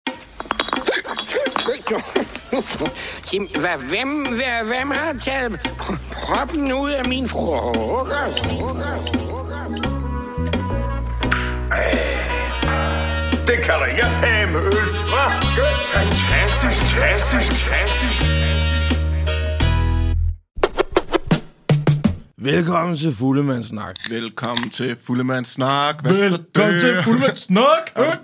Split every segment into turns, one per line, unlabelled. Sim, hvad, hvem, hvad, hvem har taget proppen ud af min frokost?
Det kalder jeg fame øl. Hva? Skønt. Fantastisk, fantastisk, fantastisk.
Velkommen til Fuldemands Snak.
Velkommen til Fuldemands Snak. Hvad så der?
Fuldemands Snak.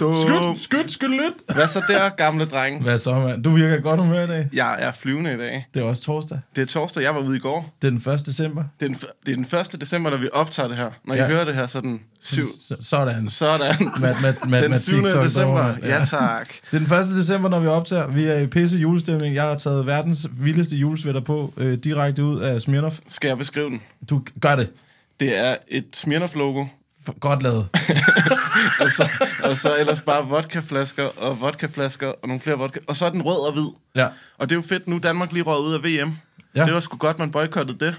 du dum?
skyt, skyt lidt.
Hvad så der, gamle dreng?
Hvad så, mand? Du virker i godt humør i dag.
Jeg er flyvende i dag.
Det er også torsdag.
Det er torsdag, jeg var ude i går.
Det er den 1. december.
Det er den, f- det er den 1. december, når vi optager det her. Når ja.
Ja.
I hører det her, så er den 7.
Så- Sådan.
Sådan.
Mat- mat- mat-
den
matematik,
7.
så er det
december.
over.
Ja.
Ja.
tak.
Det er den 1. december, når vi optager. Vi er i pisse julestemning. Jeg har taget verdens vildeste julesvætter på øh, direkte ud af Smirnoff.
Skal jeg beskrive den?
Du gør det.
Det er et Smirnoff-logo,
F- Godt lavet.
og så, og så ellers bare vodkaflasker og vodkaflasker og nogle flere vodka. Og så er den rød og hvid.
Ja.
Og det er jo fedt, nu er Danmark lige røg ud af VM.
Ja.
Ja. Det var sgu godt, man boykottede det.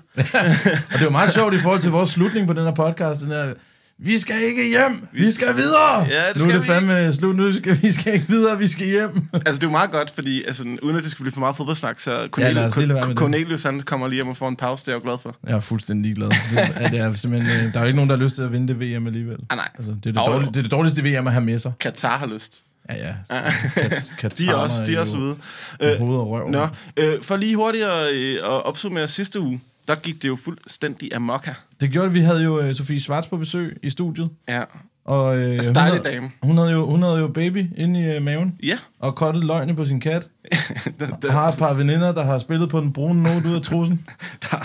Og det var meget sjovt i forhold til vores slutning på den her podcast. Den her, vi skal ikke hjem, vi skal videre.
Ja, det
nu er
skal
det
vi
fandme slut, nu skal vi skal ikke videre, vi skal hjem.
Altså, det er jo meget godt, fordi altså, uden at det skal blive for meget fodboldsnak, så
Ja, lad os
Cornelius,
lige lade være
ja,
med det.
Cornelius han kommer lige hjem og får en pause, det er jeg jo glad for.
Jeg er fuldstændig ligeglad. Det er, det er simpelthen, øh, der er jo ikke nogen, der har lyst til at vinde det VM alligevel.
Ah, nej.
Altså, det, er det,
Jo, jo.
dårlige, det er det dårligste VM at have med sig.
Katar har lyst.
Ja, ja. Kat, Katar
Ah. De er også, de er også
jo
ude.
Hoved og røv.
Nå, øh, for lige hurtigt at, øh, at opsummere sidste uge, der gik det jo fuldstændig amok her.
Det gjorde, at vi havde jo øh, Sofie Schwartz på besøg i studiet.
Ja.
Og, øh,
Altså,
hun
dejlig
havde-
dame.
Hun havde, jo, hun havde jo baby inde i øh, maven.
Ja.
Og kottet løgne på sin kat.
der,
Der
der,
har et par veninder, der har spillet på den brune note ud af trussen.
der,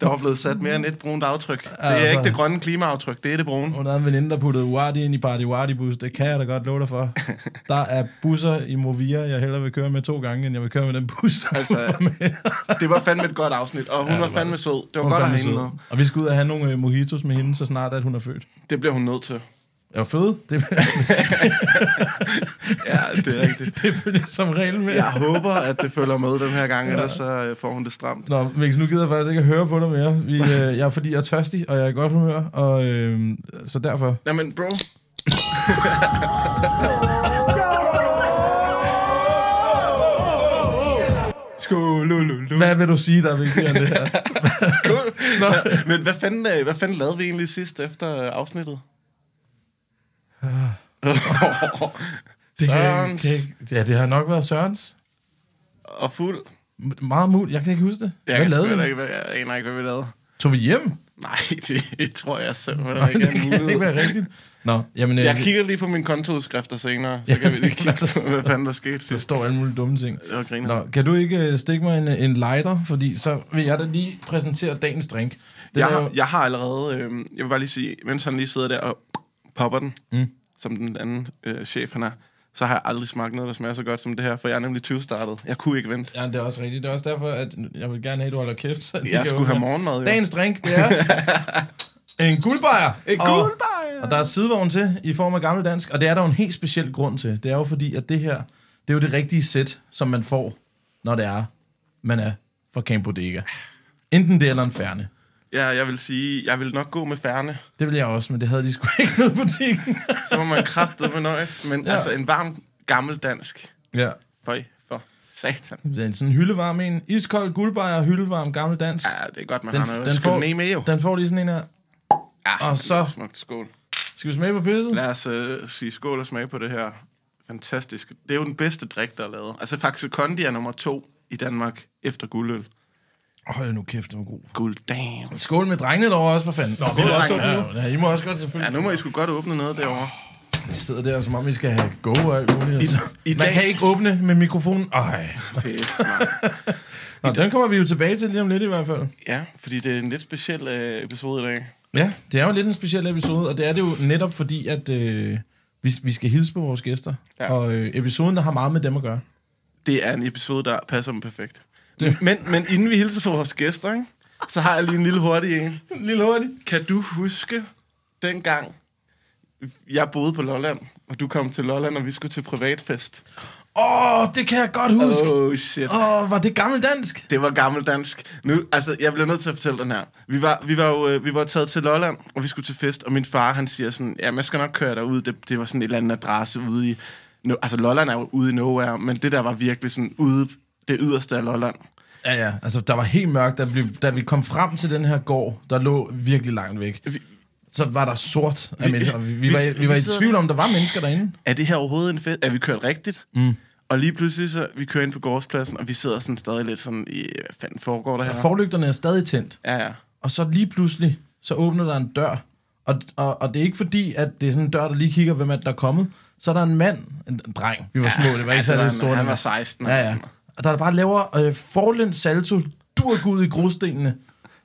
der var blevet sat mere end et brunt aftryk. Det er
Altså.
ikke det grønne klimaaftryk, det er det brune.
Hun havde en veninde, der puttede Uardi ind i Party Uardi bus. Det kan jeg da godt love dig for. Der er busser i Movia, jeg hellere vil køre med to gange, end jeg vil køre med den bus, som
Altså,
hun var med.
Det var fandme et godt afsnit, og hun ja, var fandme sød. Det var
Hun
godt at
fandme
have hende
sød.
med.
Og vi skal ud og have nogle øh, mojitos med hende, så snart at hun er født.
Det bliver hun nødt til.
Jeg er fød. Det,
Ja, det er rigtigt.
det følger som regel med.
Jeg håber, at det følger med den her gang, ellers så øh, får hun det stramt.
Nå, Mix, nu gider jeg faktisk ikke at høre på dig mere. Vi, øh, jeg er fordi, jeg er tørstig, og jeg er i godt humør, og øh, så derfor...
Jamen, bro. Skål, lululu.
Hvad vil du sige, der er vigtigere end det her?
Skål. Nå, men hvad fanden, øh, hvad fanden lavede vi egentlig sidst efter øh, afsnittet?
Det kan, jeg
Sørens.
ikke- kan jeg ikke, ja, det har nok været Sørens.
Og fuld.
M- meget muligt. Jeg kan ikke huske det.
Jeg
Hvad
kan
lavede
selvfølgelig
vi?
Ikke, hvad- jeg aner ikke, hvad vi lavede.
Tog vi hjem?
Nej, det, det tror jeg simpelthen
Nej,
ikke
det
er en
kan ikke
mulighed.
være rigtigt. Nå, jamen, øh,
Jeg kigger lige på mine kontoudskrifter senere, så
Ja,
kan vi
det
lige
er klart,
kigge
der
på, hvad fanden der skete
der
sidst.
står alle mulige dumme ting.
Det var griner.
Nå, kan du ikke øh, stikke mig en, øh, en lighter? Fordi så vil jeg da lige præsentere dagens drink. Den
jeg,
er
har,
jo-
jeg har allerede, øh, jeg vil bare lige sige, mens han lige sidder der og popper den, mm. som den anden øh, chef han er, så har jeg aldrig smagt noget, der smager så godt som det her, for jeg er nemlig 20 startet. Jeg kunne ikke vente.
Ja, det er også rigtigt. Det er også derfor, at jeg vil gerne have, at du holder kæft. Så de
Jeg
kan
skulle have
åbne.
morgenmad, jo.
Dagens drink, det er en guldbejer. En
guldbejer!
Og, og der er sidevogn til i form af gammeldansk, og det er der jo en helt speciel grund til. Det er jo fordi, at det her, det er jo det rigtige sæt, som man får, når det er, man er fra Camp Bodega. Enten det eller en færne.
Ja, jeg vil sige, jeg vil nok gå med færne.
Det ville jeg også, men det havde de sgu ikke nede i butikken.
Så må man kraftet med nøjes, men
Ja.
ja. altså en varm, gammel dansk.
ja.
Føj for satan.
Det er en sådan hyldevarm en. Iskold guldbejer, hyldevarm gammeldansk.
Ja, det er godt, man
Den,
den, har noget.
den,
Skal
får,
den ned med, jo.
den får lige sådan en her.
ja,
og
det
så-
er Smukt, skål.
Skal vi smage på pisset?
Lad os øh, sige skål og smage på det her fantastiske. Det er jo den bedste drik, der er lavet. Altså faktisk Kondi er nummer to i Danmark efter guldøl.
Hold nu kæft, det var god.
Guld, damn.
Skål med drengene derovre også, for fanden. Nå, vi
er
også
drengene.
ja, ja, I må også godt
Ja,
selvfølgelig.
nu må I sgu godt åbne noget derovre.
I sidder der, som om I skal have go og alt muligt. Altså.
i
Man
dag-
kan ikke åbne med mikrofonen. Ej.
Pæs, mand.
Nå, den kommer vi jo tilbage til lige om lidt i hvert fald.
ja, fordi det er en lidt speciel øh, episode i dag.
Ja, det er jo lidt en speciel episode, og det er det jo netop fordi, at øh, vi, vi skal hilse på vores gæster. Ja.
Ja.
Og øh, episoden der har meget med dem at gøre.
Det er en episode, der passer dem perfekt.
Det-
Men, men inden vi hilser på vores gæster, ikke, så har jeg lige en lille hurtig en.
Lille hurtigt.
Kan du huske dengang, jeg boede på Lolland, og du kom til Lolland, og vi skulle til privatfest?
Åh, oh, det kan jeg godt huske. Åh,
Oh shit.
oh. oh, var det gammeldansk?
Det var gammeldansk. Nu, altså, jeg bliver nødt til at fortælle den her. Vi var, vi var jo øh, vi var taget til Lolland, og vi skulle til fest, og min far, han siger sådan, ja, man skal nok køre derud. Det, det var sådan et eller andet adresse ude i No, altså, Lolland er jo ude i nowhere, men det der var virkelig sådan ude, det yderste af Lolland.
Ja, ja. Altså, der var helt mørkt, da vi, da vi kom frem til den her gård, der lå virkelig langt væk.
Vi-
Så var der sort af mennesker. og Vi, vi,
vi-
var, i- vi
vi
var i
sidder-
tvivl om, der var mennesker derinde.
er det her overhovedet en fest? Er vi kørt rigtigt? Mm. Og lige pludselig så, vi kører ind på gårdspladsen, og vi sidder sådan stadig lidt sådan, i, hvad fanden foregår der her?
Forlygterne er stadig tændt.
Ja, ja.
Og så lige pludselig, så åbner der en dør. Og, og, og det er ikke fordi, at det er sådan en dør, der lige kigger, hvem er det, der er kommet. Så er der en mand, en dreng. Vi var små, det var
ja,
ikke
det var
særlig
en-
stort.
han var 16
Ja,
eller
ja.
sådan noget.
Og der bare laver øh, forlæns salto, durk ud i grusstenene.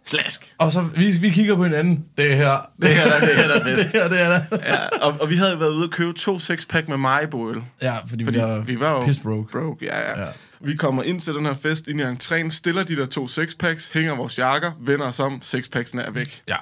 Slask.
Og så vi, vi kigger på hinanden. Det her, det her,
det her, der er
det her, det her. der.
Ja, og, og, vi havde jo været ude og købe to sexpack med Maribo øl.
Ja, fordi,
Fordi
vi var,
vi var jo
piss broke.
broke ja, ja.
Ja.
ja. Vi kommer ind til den her fest, ind i entréen, stiller de der to sexpacks, hænger vores jakker, vender os om, sexpacksene er væk.
Ja.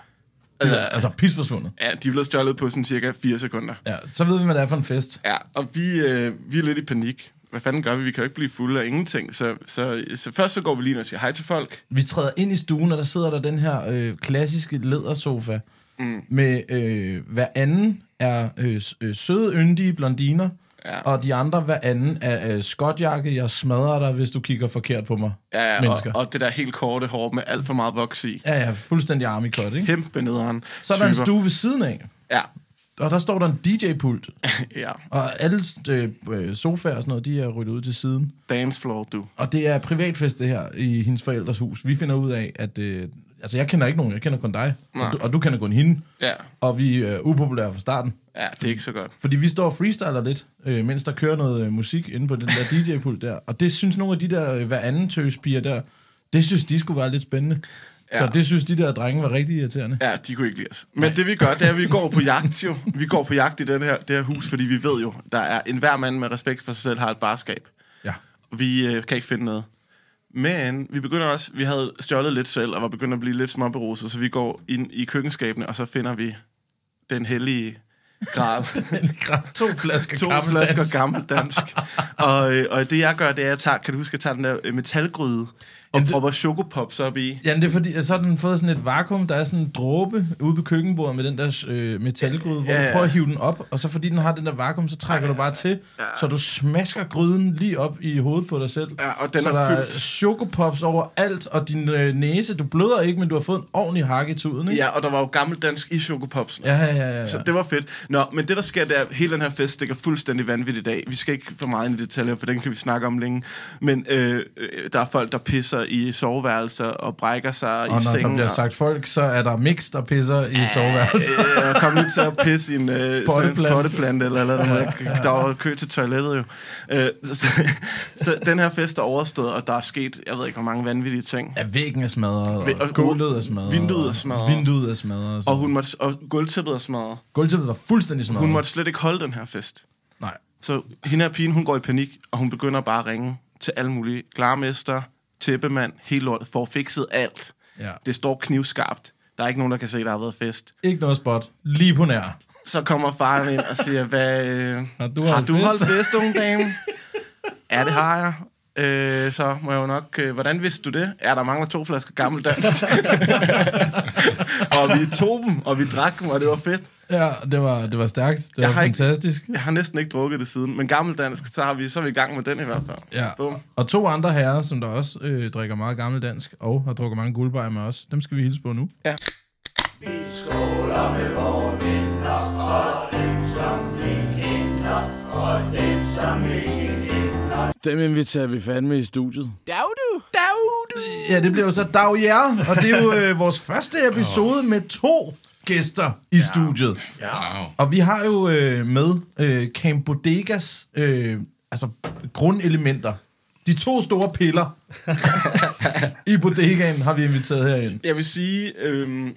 Det er, altså, pis forsvundet.
Ja, de er blevet stjålet på sådan cirka 4 sekunder.
Ja, så ved vi, hvad det er for en fest.
Ja, og vi, øh, vi er lidt i panik. Hvad fanden gør vi? Vi kan jo ikke blive fulde af ingenting. Så, så, så først så går vi lige ind og siger hej til folk.
Vi træder ind i stuen, og der sidder der den her øh, klassiske lædersofa. Mm. Med øh, hver anden er øh, s- øh, søde, yndige blondiner.
Ja.
Og de andre, hver anden er øh, skotjakke. Jeg smadrer dig, hvis du kigger forkert på mig.
Ja, ja, og,
mennesker.
og det der helt korte hår med alt for meget voks i.
Ja, ja, fuldstændig army cut, ikke?
Kæmpe nederen.
Så er der en
typer.
stue ved siden af.
Ja,
Og der står der en DJ-pult.
ja.
Og alle øh, øh, sofaer og sådan noget, de er ryddet ud til siden.
Dance floor, du.
Og det er privatfest, det her, i hendes forældres hus. Vi finder ud af, at... Øh, altså, jeg kender ikke nogen. Jeg kender kun dig. Og du, og du kender kun hende.
Ja.
Og vi er øh, upopulære fra starten.
Ja, det er ikke så godt.
Fordi vi står og freestyler lidt, øh, mens der kører noget øh, musik inde på den der DJ-pult der. Og det synes nogle af de der øh, hver anden tøspiger der, det synes de skulle være lidt spændende. Ja. Så
Ja.
det synes de der drenge var rigtig irriterende.
Ja, de kunne ikke lide os. Men det vi gør, det er, at vi går på jagt jo. Vi går på jagt i den her, det her hus, fordi vi ved jo, der er en hver mand med respekt for sig selv har et barskab.
Ja.
Vi øh, kan ikke finde noget. Men vi begynder også, vi havde stjålet lidt selv, og var begyndt at blive lidt småberuset, så vi går ind i køkkenskabene, og så finder vi den hellige gral.
to flasker
to
gammel
flasker
dansk.
gammel dansk. og, øh, og det jeg gør, det er, at jeg tager, kan du huske, jeg tager den der øh, metalgryde, og propper chokopops op i.
Jamen, det er fordi, at så har den fået sådan et vakuum, der er sådan en dråbe ude på køkkenbordet med den der øh, metalgryde, hvor
Ja,
du
ja.
prøver at hive den op, og så fordi den har den der vakuum, så trækker du bare til, så du smasker gryden lige op i hovedet på dig selv.
Ja, og den
så
er
der er
fyldt.
chokopops over alt, og din øh, næse, du bløder ikke, men du har fået en ordentlig hakke i tuden, ikke?
Ja, og der var jo gammel dansk i chokopopsen.
Ja, ja, ja. ja.
Så det var fedt. Nå, men det der sker, det er, at hele den her fest stikker fuldstændig vanvittigt i dag. Vi skal ikke for meget ind i detaljer, for den kan vi snakke om længe. Men øh, øh, der er folk, der pisser i soveværelser og brækker sig
og
i
når
sengen.
der bliver sagt folk, så er der mix, der pisser i soveværelset.
Øh, og kom lige til at pisse i en øh, sådan en
Potteplante.
potteplante eller eller andet. Der var kø til toilettet jo. Øh, så, så den her fest er overstået, og der er sket, jeg ved ikke, hvor mange vanvittige ting.
Ja, væggen er smadret, og
og-
gulvet er smadret.
Vinduet er
og
smadret.
Vinduet er smadret. Og,
Og,
sådan.
hun måtte, og gulvtæppet er smadret.
Gulvtæppet var fuldstændig smadret.
Hun måtte slet ikke holde den her fest.
Nej.
Så hende her pigen, hun går i panik, og hun begynder bare at ringe til alle mulige. Glarmester, tæppemand, helt lortet, får fikset alt.
Ja.
Det står knivskarpt. Der er ikke nogen, der kan se, der har været fest.
Ikke noget spot. Lige på nær.
Så kommer faren ind og siger, hvad... øh,
Har du
har
holdt
du
fest?"
holdt fest, unge dame? ja, det har jeg. Øh, så må jeg jo nok... Øh, hvordan vidste du det? Ja, der mangler to flasker gammel dansk. og vi tog dem, og vi drak dem, og det var fedt.
Ja, det var, det var stærkt. Det jeg var
har ikke-
fantastisk. Ikke...
Jeg har næsten ikke drukket det siden, men gammeldansk, så, har vi, så er vi i gang med den i hvert fald.
Ja.
Bum.
Og to andre herrer, som der også øh, drikker meget gammel dansk, og har drukket mange guldbejer med os. Dem skal vi hilse på nu.
Ja.
Dem inviterer vi fandme i studiet.
Ja, det bliver jo så Dag Jær, og det er jo øh, vores første episode med to gæster i studiet. Ja. Og vi har jo øh, med øh, Camp Bodegas øh, altså grundelementer. De to store piller i bodegaen har vi inviteret herind.
Jeg vil sige, øhm,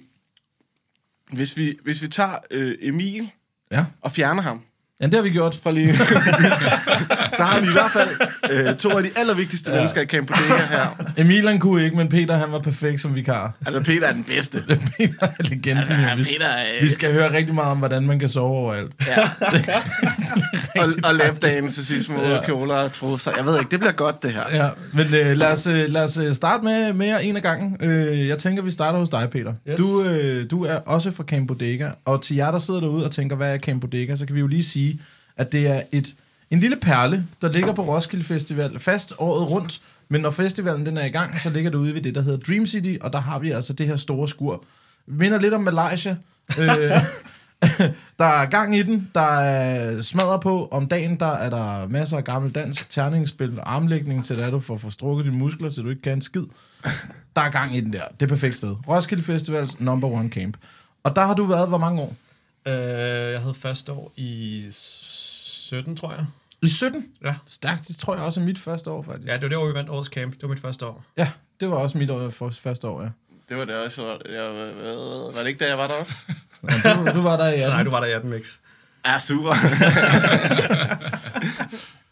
hvis, vi, hvis vi tager øh, Emil
Ja.
og fjerner ham,
ja, det har vi gjort.
for lige, så har vi i hvert fald øh, to af de allervigtigste ja. mennesker i Camp Bodega her.
Emil han kunne ikke, men Peter han var perfekt som vikar.
Altså, Peter er den bedste.
Peter er legenden. Altså,
Peter,
Vi skal høre rigtig meget om, hvordan man kan sove overalt.
og, og lapdance, sidst små ja. kjoler og trusser. Jeg ved ikke, det bliver godt, det her.
Ja, men øh, lad, os, øh, lad os øh, starte med, med jer en af gangen. Øh, jeg tænker, vi starter hos dig, Peter. Yes. Du, øh, du er også fra Camp Bodega, og til jer, der sidder derude og tænker, hvad er Camp Bodega, så kan vi jo lige sige, at det er et En lille perle, der ligger på Roskilde Festival fast året rundt, men når festivalen den er i gang, så ligger det ude ved det, der hedder Dream City, og der har vi altså det her store skur. Vi minder lidt om Malaysia. Øh, der er gang i den, der er smadret på. Om dagen der er der masser af gammel dansk terningsspil, armlægning til, at du får forstrukket dine muskler, så du ikke kan en skid. Der er gang i den der. Det er et perfekt sted. Roskilde Festivals number one camp. Og der har du været hvor mange år?
Øh, jeg havde første år i 17, tror jeg.
I 17?
Ja.
Stærkt, det tror jeg også er mit første år, faktisk.
Ja, det var det år, vi vandt årets camp. Det var mit første år.
ja det var også mit år, for, første år, ja.
Det var det også. Jeg, var, var det ikke, da jeg var der også?
Du, du var der i 18.
Nej, du var der i 18 mix.
Ja, super.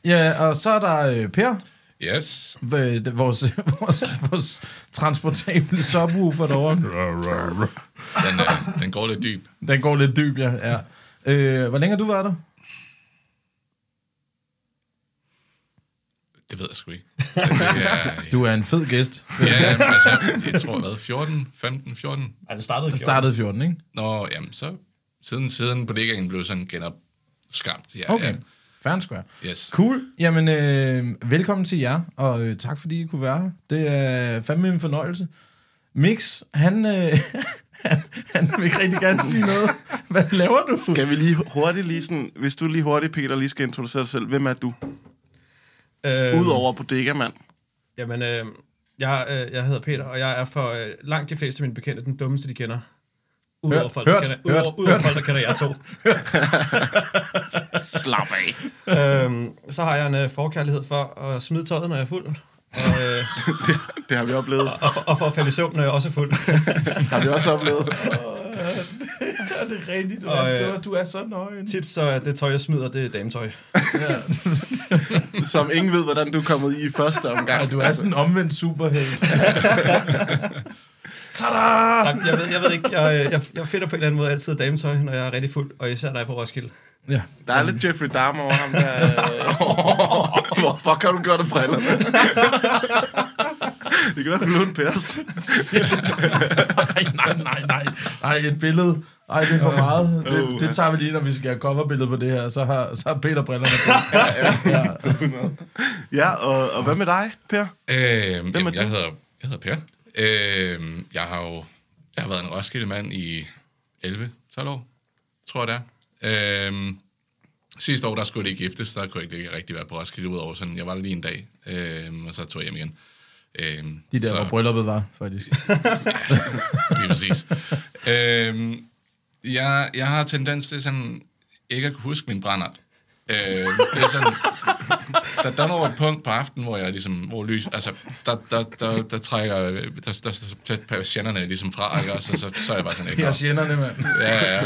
Ja, og så er der øh, Per,
Yes.
øh, det- vores, vores, vores transportable subwoofer derovre.
Den, øh, den går lidt dyb.
Den går lidt dyb, ja. ja. Øh, hvor længe har du været der?
Det ved jeg sgu ikke. Ja,
Du er en fed gæst.
ja, jamen, altså, jeg tror, hvad, 14, 15, 14?
Ej, det startede
Der
i
startede 14, ikke?
Nå, jamen, så siden, siden bodegaen blev sådan genopskabt. Ja,
Okay.
Ja.
Fair and square.
Yes.
Cool. Jamen, øh, velkommen til jer, og øh, tak fordi I kunne være her. Det er fandme en fornøjelse. Mix, han, øh, han, han vil ikke rigtig gerne sige noget. Hvad laver du?
Kan vi lige hurtigt lige sådan... Hvis du lige hurtigt, Peter, lige skal introducere dig selv. Hvem er du?
øh,
Udover bodega, mand.
Jamen, øh, jeg, øh, jeg hedder Peter, og jeg er for øh, langt de fleste af mine bekendte den dummeste, de kender. Udover
Hørt,
folk, der
hørt,
kender,
hørt,
udover, udover
hørt.
folk, der kender jer to.
Slap af.
øhm, så har jeg en øh, forkærlighed for at smide tøjet, når jeg er fuld. Og, øh,
Det har vi oplevet.
og, for, og for at falde i søvn, når jeg også er fuld.
Har vi også oplevet.
Ja, det er rigtigt. Du,
Og, øh,
du er så nøgen.
Tit så er det tøj, jeg smider, det er dametøj.
Som ingen ved, hvordan du er kommet i i første omgang.
Du er sådan en omvendt superhelt.
Jeg, jeg, ved, jeg ved ikke, jeg, øh, jeg, jeg finder på en eller anden måde altid dametøj, når jeg er rigtig fuld, og især dig på Roskilde.
Ja.
Der er lidt Jeffrey Dahmer over ham der. øh. Hvor fuck har du gjort af brillerne? det kan være, du lå en pærs.
Ej, nej, nej, nej. Ej, et billede. Ej, det er for meget. Det, det tager vi lige, når vi skal have coverbillede på det her. Så har, så har Peter brillerne på.
Ja, og, og hvad med dig, Per?
Øhm, jamen,
du?
jeg hedder, jeg hedder Per. Øhm, jeg har jo jeg har været en Roskilde-mand i 11-12 år, tror jeg det er. Øhm, sidste år, der skulle det ikke giftes, der kunne jeg ikke rigtig være på Roskilde, udover sådan, jeg var der lige en dag, øhm, og så tog jeg hjem igen. Øhm,
De der,
så-
hvor brylluppet var, faktisk.
Lige præcis. øhm, jeg, jeg har tendens til sådan, ikke at kunne huske min brændert. Øh, det er sådan, der, der når et punkt på aftenen, hvor jeg ligesom, hvor lys, altså, der, der, der, der trækker, øh, der, der, der, der patienterne ligesom fra, ikke? og så, så, så er jeg bare sådan, ikke?
Jeg sjælderne, mand.
Ja, ja.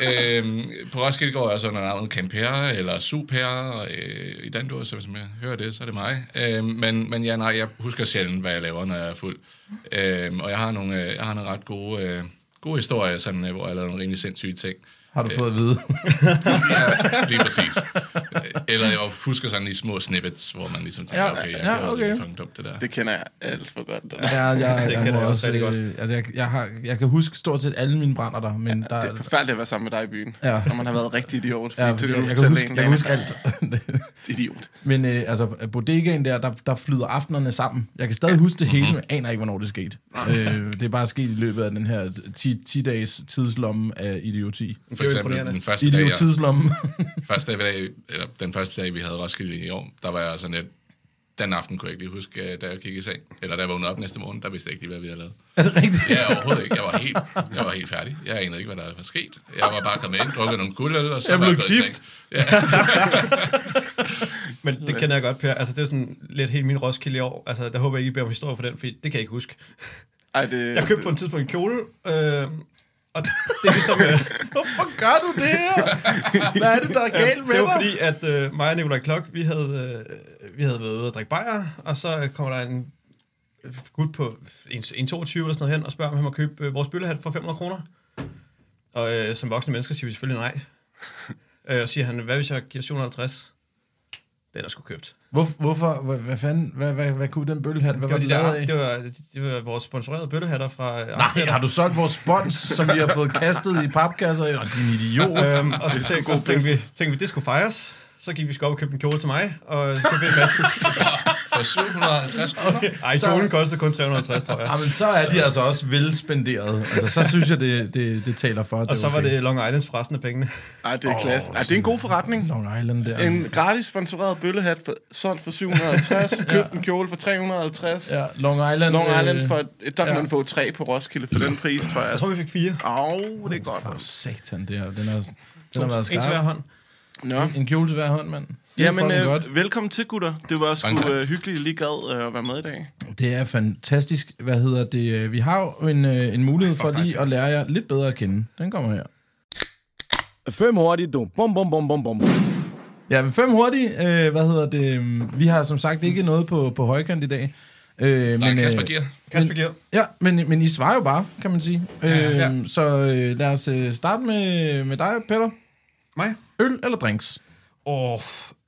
øhm, på Roskilde går jeg så under navnet Campere eller Super. Øh, I Dandur, så hvis man hører det, så er det mig. Øhm, men, men ja, nej, jeg husker sjældent, hvad jeg laver, når jeg er fuld. Øhm, og jeg har nogle, øh, jeg har nogle ret gode, øh, gode historier, sådan, øh, hvor jeg har lavet nogle rimelig sindssyge ting.
Har du fået at vide?
Ja, lige præcis. Øh, Eller jeg husker sådan i små snippets, hvor man ligesom tænker,
Ja,
okay, ja,
ja,
det var
okay.
lidt fucking dumt, det der.
Det kender jeg alt for godt. Det,
Ja, jeg, jeg,
kan
må
jeg også
også,
rigtig
øh, altså, jeg, jeg, har, jeg kan huske stort set alle mine brænder der, men ja, der
det er forfærdeligt at være sammen med dig i byen,
Ja.
ja. når man har været rigtig idiot. Fordi
ja,
så
jeg,
du
jeg, kan
fortælle
huske, jeg
en dag,
kan huske
man
alt.
er Idiot.
men øh, altså, bodegaen der, der, der flyder aftenerne sammen. Jeg kan stadig huske det hele, men aner ikke, hvornår det skete. Øh, det er bare sket i løbet af den her 10-dages tidslomme af idioti.
For
jo
eksempel
imponerende.
den første dag, jeg,
Idiotidslomme.
første dag, dag, eller den første dag, vi havde Roskilde i år, der var jeg sådan lidt, den aften kunne jeg ikke lige huske, øh, da jeg kiggede i seng. Eller da jeg vågnede op næste morgen, der vidste jeg ikke lige, hvad vi havde lavet.
er det rigtigt?
Ja, overhovedet ikke. Jeg var helt, jeg var helt færdig. Jeg anede ikke, hvad der var sket. Jeg var bare kommet ind, drukket nogle guldøl, og så
Jeg
var jeg
blev
gået i
gift.
seng. Ja,
Men det kender jeg godt, Per. Altså, det er sådan lidt helt min Roskilde i år. Altså, der håber jeg ikke, I beder om historie for den, for det kan jeg ikke huske.
Ej, det,
Jeg købte på et tidspunkt en kjole, øh, og det er ligesom... Øh,
Hvorfor gør du det her? Hvad er det, der er galt med
Det var
dig?
fordi, at øh, mig og Nikolaj Klok, vi havde, øh, vi havde været ude og drikke bajer, og så øh, kommer der en øh, gut på en, en 22 eller sådan noget hen og spørger, om han må købe øh, vores bøllehat for 500 kroner. Og øh, som voksne mennesker siger vi selvfølgelig nej. øh, og siger han, hvad hvis jeg giver 750? Den er sgu købt.
Hvor, hvorfor? Hvad, hvad fanden? Hvad, hvad, hvad kunne den bøllehat? Hvad
Det
var
var, de
det
der,
lavet af?
det, var, det var vores sponsorerede bøllehatter fra... øh,
Nej, har du solgt vores spons, som vi har fået kastet i papkasser? Åh, din idiot.
Øhm, og så tænkte, og så tænkte, vi, tænkte vi, det skulle fejres. Så gik vi sgu op og købte en kjole til mig, og så købte vi en masse.
For 750 kroner.
Ej, kjolen kostede kun 350, tror jeg.
Jamen, så er de altså også velspenderet. Altså, så synes jeg, det, det, det taler for, at
Og så var
okay.
det Long Islands for resten af pengene.
Ej, det er klasse. Ej, det er en god forretning.
Long Island der.
En gratis sponsoreret bøllehat, for, solgt for 750, købt en kjole for 350.
Ja, Long Island.
Long
øh,
Island for, et- der kan
ja.
man få tre på Roskilde for den pris, tror jeg.
Jeg tror, vi fik fire.
Au, det er godt.
For satan, det her. Den har, den har været
En til hver
skarp.
hånd.
Nå.
En kjole til hver hånd, mand. Det er
Jamen,
fucking
øh,
godt.
velkommen til, gutter. Det var sgu
Mange tak.
øh, hyggeligt, I lige gad øh, at være med i dag.
Det er fantastisk. Hvad hedder det? øh, Vi har jo en, øh, en mulighed for lige at lære jer lidt bedre at kende. Den kommer her.
Fem hurtigt, dum. Bom, bom, bom, bom, bom.
Ja, men fem hurtigt. Øh, hvad hedder det? Mm, Vi har som sagt ikke noget på, på højkant i dag. Øh,
Der er
øh,
Kasper Gier.
Kasper Gier.
Ja, men, men I svarer jo bare, kan man sige. Øh,
Ja.
Så øh, lad os øh, starte med, med dig, Peter.
Mig.
Øl eller drinks?
Åh,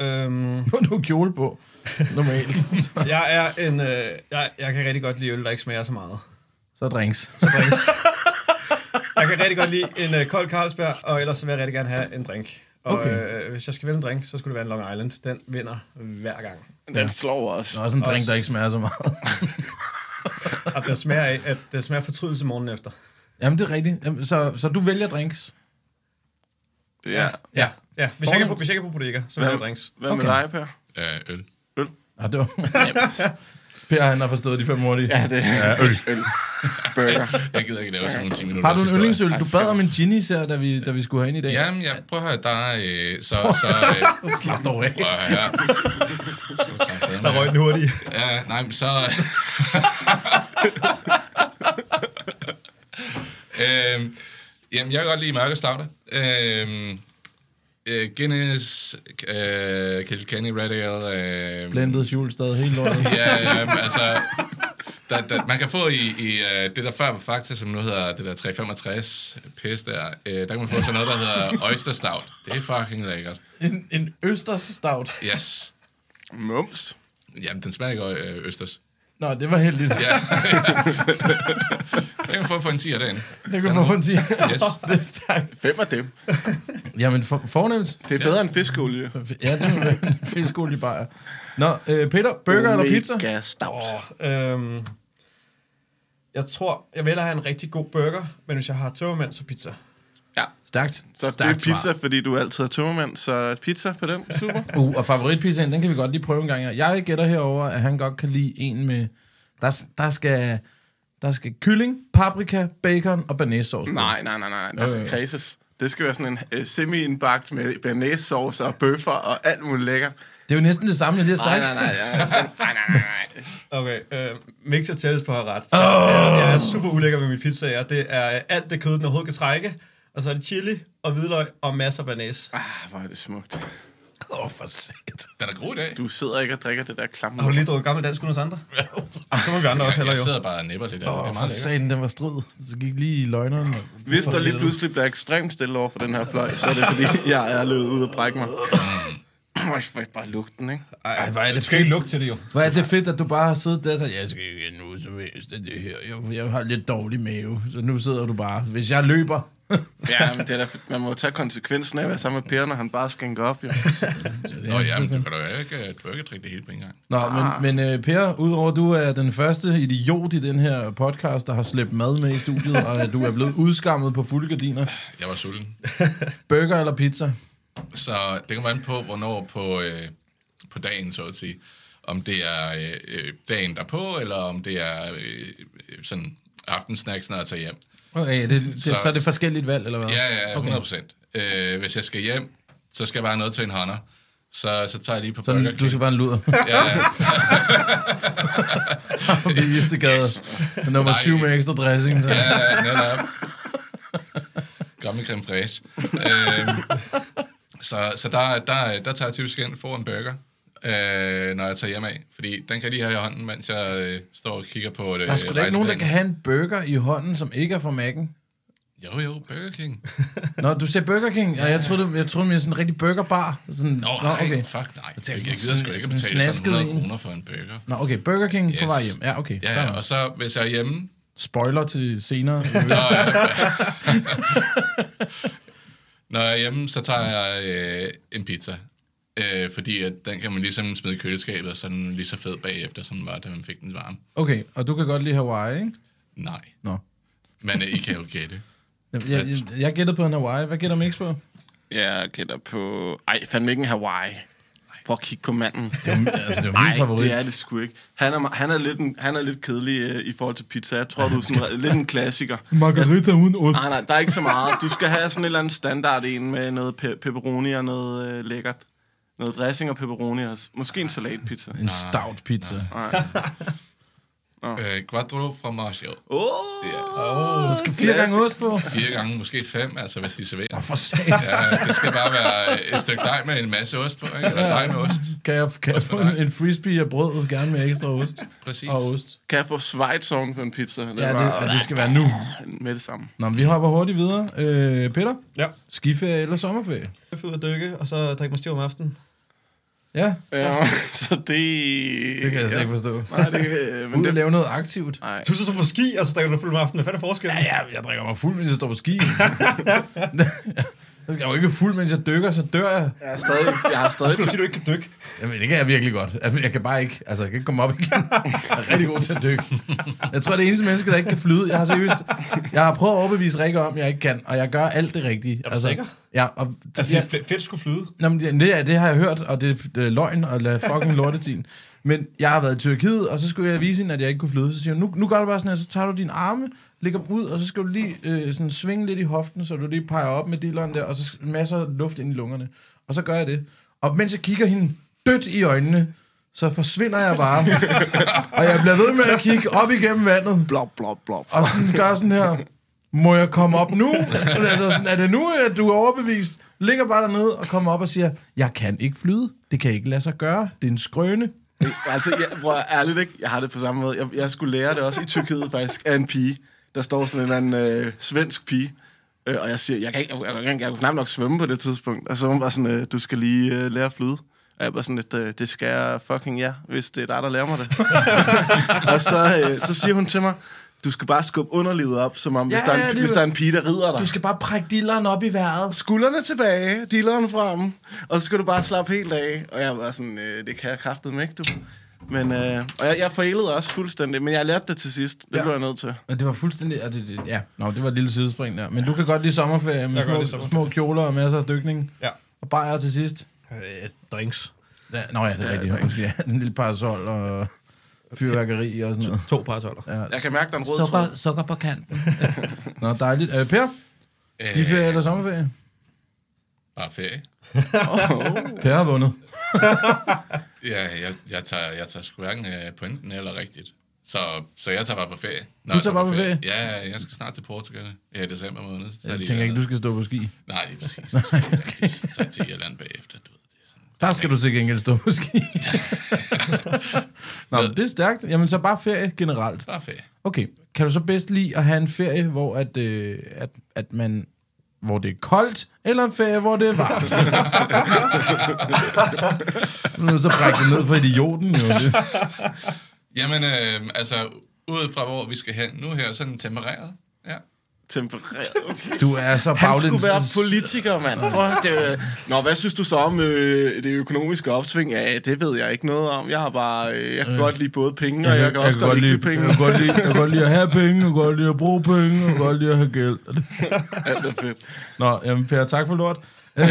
øhm,
Nu har du kjole på, normalt. så,
jeg er en... Øh, jeg, jeg kan rigtig godt lide øl, der ikke smager så meget.
så drinks.
Så drinks. jeg kan rigtig godt lide en øh, kold Carlsberg, og ellers så vil jeg rigtig gerne have en drink. Og
Okay.
øh, hvis jeg skal vælge en drink, så skulle det være en Long Island. Den vinder hver gang.
Den slår også.
Og også en drink, der ikke smager så meget.
Og den smager, af, at den smager fortrydelse morgenen efter.
Jamen, det er rigtigt. Jamen, så, så du vælger drinks?
Ja.
Ja.
Ja, hvis jeg ikke er på, hvis jeg ikke er på bodega, så vælger jeg drinks.
Hvad med
Okay.
dig, Per?
Øh, øl.
Ah, det var per, han har forstået de fem hurtige.
Ja, det er øl. øl. Burger.
Jeg gider ikke lave sådan nogle 10 minutter.
Har du en yndlingsøl? Du bad om en gin især, da vi, da vi skulle herind i dag.
Jamen, jeg prøver at høre, der er, øh, så... så øh,
Slap dog af.
prøv at høre. Skal du kraftedeme
Der
have-
røg den hurtigt.
Ja, nej, men så... øhm, jamen, jeg kan godt lide mørke stavter. Øhm, øh, Guinness, øh, Kilkenny Red Ale... Øh,
Blandet jul stadig helt lortet.
Ja, ja, men altså... Der, der, man kan få i, i øh, det, der før var Fakta, som nu hedder det der 365 pis der, øh, der kan man få sådan noget, der hedder Oyster Stout. Det er fucking lækkert.
en, en østers stout.
Yes.
Mums.
Jamen, den smager ikke øh, østers.
Nå, det var heldigt.
Ja. det kan man få for en 10'er dagen.
Det kunne få en sige.
Yes.
det er stærkt.
Fem af dem.
Jamen, for, fornemt.
Det er bedre end fiskolie.
Ja, det var en fiskolebajer. Nå, øh, Peter, burger eller pizza?
Mega stout.
Øhm, jeg tror, jeg vælger have en rigtig god burger, men hvis jeg har tømmermænd, så pizza.
Stærkt.
Så det er
Stærkt
pizza, fordi du altid er tømmermand, så pizza på den. Super.
Uh, og favoritpizzaen, den kan vi godt lige prøve en gang. her. Jeg gætter herover, at han godt kan lide en med... Der, der skal... Der skal kylling, paprika, bacon og bearnaisesauce. på.
Nej, nej, nej, nej. Der
Øh.
skal kredses. Det skal være sådan en øh, semi-indbagt med bearnaisesauce og bøffer og alt muligt lækker.
Det er jo næsten det samme, jeg lige har sagt.
nej, ja, den- nej, nej, nej, nej.
Okay, øh, mix og tælles på at have ret. Oh! Jeg, jeg er super ulækker med min pizza, ja. Det er øh, alt det kød, den overhovedet kan trække. Og så er det chili og hvidløg og masser af banæs.
Ah, hvor er det smukt.
Åh, oh, for sat.
Den er god i dag.
Du sidder ikke og drikker det der klamme.
Har du lige drukket gammel dansk uden os andre? Ah, så må vi andre også heller
Jeg
jo.
sidder bare og nipper lidt af. Oh, det er
Åh, for
meget lækkert.
satan, den var strid. Så gik lige i løgneren.
Hvis der lige pludselig bliver ekstremt stille over for den her fløj, så er det fordi, jeg er løbet ud og brække mig. Øj, hvor er bare lugten, ikke?
Ej, hvor er det
Skal ikke lugte til det jo.
Hvor er det fedt, at du bare har siddet der og sagt, jeg skal ikke have noget som helst af det her. Jeg, jeg har lidt dårlig mave, så nu sidder du bare. Hvis jeg løber,
Ja, men det er da, man må jo tage konsekvensen af at være sammen med Per, når han bare skænker op, jo.
Nå, jamen, du kan da ikke, du kan ikke drikke det hele på en gang.
Nå, men, men uh, Per, udover at du er den første idiot i den her podcast, der har slæbt mad med i studiet, og at du er blevet udskammet på fulde gardiner.
Jeg var sulten.
Burger eller pizza?
Så det kommer an på, hvornår på, øh, på dagen, så at sige. Om det er øh, øh, dagen derpå, eller om det er øh, øh, sådan aftensnacks, når jeg tager hjem.
Okay, det, det, så,
Så-
så er det forskelligt valg, eller hvad?
Ja, ja, 100 procent. Okay. Øh, hvis jeg skal hjem, så skal jeg bare have noget til en hånder. Så, så tager jeg lige på så Burger
Så
King.
du skal bare en luder
Ja, ja.
forbi Istegade.
Yes.
Nummer
Nej.
7 med ekstra dressing. Så.
Ja, netop. Gammel creme fraiche. Øhm, så så der, der, der tager jeg typisk ind for en burger, øh, når jeg tager hjem af. Fordi den kan jeg lige have i hånden, mens jeg øh, står og kigger på det.
Der er sgu da ikke nogen, der kan have en burger i hånden, som ikke er fra Mac'en.
Jo, jo, Burger King.
Nå, du ser Burger King, og jeg troede, jeg troede, det var sådan en rigtig burgerbar. Sådan,
Nå, Nå nej, okay. fuck nej. Jeg, jeg gider sgu ikke at
Sådan
betale sådan
snasket
100
en.
kroner for en burger.
Nå, okay, Burger King yes. på
Yes.
vej hjem. Ja, okay.
Ja,
fair
ja,
nok.
og så hvis jeg er hjemme,
Spoiler til senere.
når jeg er hjemme, så tager jeg øh, en pizza. Øh, fordi at den kan man ligesom smide i køleskabet, og så er den lige så fed bagefter, som den var, da man fik den varm.
Okay, og du kan godt lide Hawaii, ikke?
Nej.
Nå.
Men øh, I kan jo gætte.
Jeg, jeg, jeg, jeg gætter på en Hawaii. Hvad gætter Mix på?
Jeg gætter på... Ej, fandme ikke en Hawaii. Prøv at kigge på manden.
Altså, det var
Nej, Mm, det er det sgu ikke. Han er, han er, lidt, en, han er lidt kedelig øh, i forhold til pizza. Jeg tror, du er sådan, re- lidt en klassiker.
Margarita uden ost.
Nej, nej, der er ikke så meget. Du skal have sådan et eller andet standard en med noget pe- pepperoni og noget øh, lækkert. Noget dressing og pepperoni og s- måske en salatpizza.
En stout pizza.
Øh, Quattro fra Marshall.
Åh! Oh,
Yes.
Du skal fire gange ost på.
Fire gange, måske fem, altså hvis de serverer.
For sat.
Ja, det skal bare være et stykke dej med en masse ost på, ikke? Eller dej med ost.
Kan jeg, kan jeg få en, en frisbee af brød, gerne med ekstra ost?
Præcis.
Og ost.
Kan jeg få Schweizoven på en pizza? Det
Ja,
ja,
det, og det skal være nu.
det... med det samme.
Nå, men vi hopper hurtigt videre. Øh, Peter,
Ja.
skiferie eller sommerferie?
Jeg ud og dykke, og så drikke mig stiv om aftenen.
Ja,
Ja, så det...
det kan jeg slet ikke forstå.
Nej, det, øh, men
Ud
det,
at lave noget aktivt.
nej.
Du så på ski, og så drikker du fuld om aftenen. Hvad er forskellen?
Ja, ja, jeg drikker mig fuld, mens jeg står på ski. jeg skal jo ikke fuld, mens jeg dykker, så dør jeg.
Jeg har stadig, jeg har stadig
Skulle du sige, du ikke kan dykke?
Jamen, det kan jeg virkelig godt. Altså, Jeg kan bare ikke, altså, jeg kan ikke komme op igen. Jeg er rigtig god til at dykke. Jeg tror, det er eneste menneske, der ikke kan flyde. Jeg har seriøst, jeg har prøvet at overbevise Rikke om, jeg ikke kan, og jeg gør alt det rigtige. Er
du sikker?
Ja, og,
Altså,
ja,
fedt, fedt skulle flyde.
Nå, men det, det, det har jeg hørt, og det, det er løgn og lad fucking lortetin. Men jeg har været i Tyrkiet, og så skulle jeg vise hende, at jeg ikke kunne flyde. Så siger hun, nu, nu gør du bare sådan her, så tager du dine arme, lægger dem ud, og så skal du lige øh, sådan svinge lidt i hoften, så du lige peger op med dilleren der, og så sk- masser af luft ind i lungerne. Og så gør jeg det. Og mens jeg kigger hende dødt i øjnene, så forsvinder jeg bare. og jeg bliver ved med at kigge op igennem vandet.
blop, blop, blop.
Og sådan gør sådan her, må jeg komme op nu? altså, sådan, er det nu, at du er overbevist? Ligger bare dernede og kommer op og siger, jeg kan ikke flyde, det kan ikke lade sig gøre, det er en skrøne.
altså, jeg, bror, ærligt ikke, jeg har det på samme måde. Jeg, jeg skulle lære det også i Tyrkiet faktisk, af en pige. Der står sådan en eller anden øh, svensk pige, øh, og jeg siger, jeg kan, ikke, jeg, jeg, jeg, jeg kunne knap nok svømme på det tidspunkt. Og så var hun bare sådan, øh, du skal lige øh, lære at flyde. Og jeg var sådan lidt, øh, det skal jeg fucking ja, hvis det er dig, der lærer mig det. og så, øh, så siger hun til mig, du skal bare skubbe underlivet op, som om, ja, hvis, der er en,
ja, det er
hvis
jo-
der er en pige, der rider dig.
Du skal bare prække dilleren op i vejret.
skuldrene tilbage, dealeren frem, og så skal du bare slappe helt af. Og jeg var sådan, øh, det kan jeg kraftedeme ikke, du. Men, øh, og jeg, jeg forælede også fuldstændig, men jeg lærte det til sidst. Det
Ja.
ja. blev jeg nødt til.
Og det var fuldstændig... Og det, det, ja, nå, det var et lille sidespring der. Men du kan godt lide sommerferie med
Jeg kan godt
små,
lide sommerferie.
små kjoler og masser af dykning.
Ja.
Og bajer til sidst.
Øh, drinks.
Ja, nå ja, det er ja, rigtigt. Ja, en lille parasol og fyrværkeri og sådan noget.
To parasoller. Ja.
Jeg kan mærke, der er en rød tråd.
sukker på kanten. nå, dejligt. Øh, per,
Øh,
skiferie eller sommerferie?
bare ferie.
Uh.
Per har vundet.
Ja, jeg, jeg, tager, jeg tager sgu hverken øh, pointen eller rigtigt. Så, så jeg tager bare på ferie. Når
Du
jeg
tager bare på ferie?
Ja, jeg skal snart til Portugal. Ja, i december måned. Så tager
Jeg
de
tænker ikke, du
Irland.
skal stå på ski.
Nej, lige præcis. Så skal jeg til- så tager jeg til Irland bagefter. Du ved, det er sådan.
Der skal du til gengæld stå på ski. Nå, men det er stærkt. Jamen, så bare ferie generelt.
Bare ferie.
Okay, kan du så bedst lide at have en ferie, hvor, at, øh, at, at man, hvor det er koldt, eller en ferie, hvor det er varmt? Nu er du så brække ned for idioten, jo. Det.
Jamen, øh, altså, ud fra hvor vi skal hen nu her, sådan tempereret. Ja.
Tempereret. Okay.
Du er så
Han skulle
baglæns-
være politiker, mand. Prøv, det, er- Nå, hvad synes du så om øh, det økonomiske opsving? Ja, det ved jeg ikke noget om. Jeg har bare, øh, jeg kan øh. godt lide både penge, og jeg kan også
kan
godt lide de penge.
Jeg kan godt lide, jeg kan godt lide at have penge, jeg kan godt lide at bruge penge, jeg kan godt lide at have gæld.
Alt er fedt.
Nå, jamen Per, tak for lort. Øh,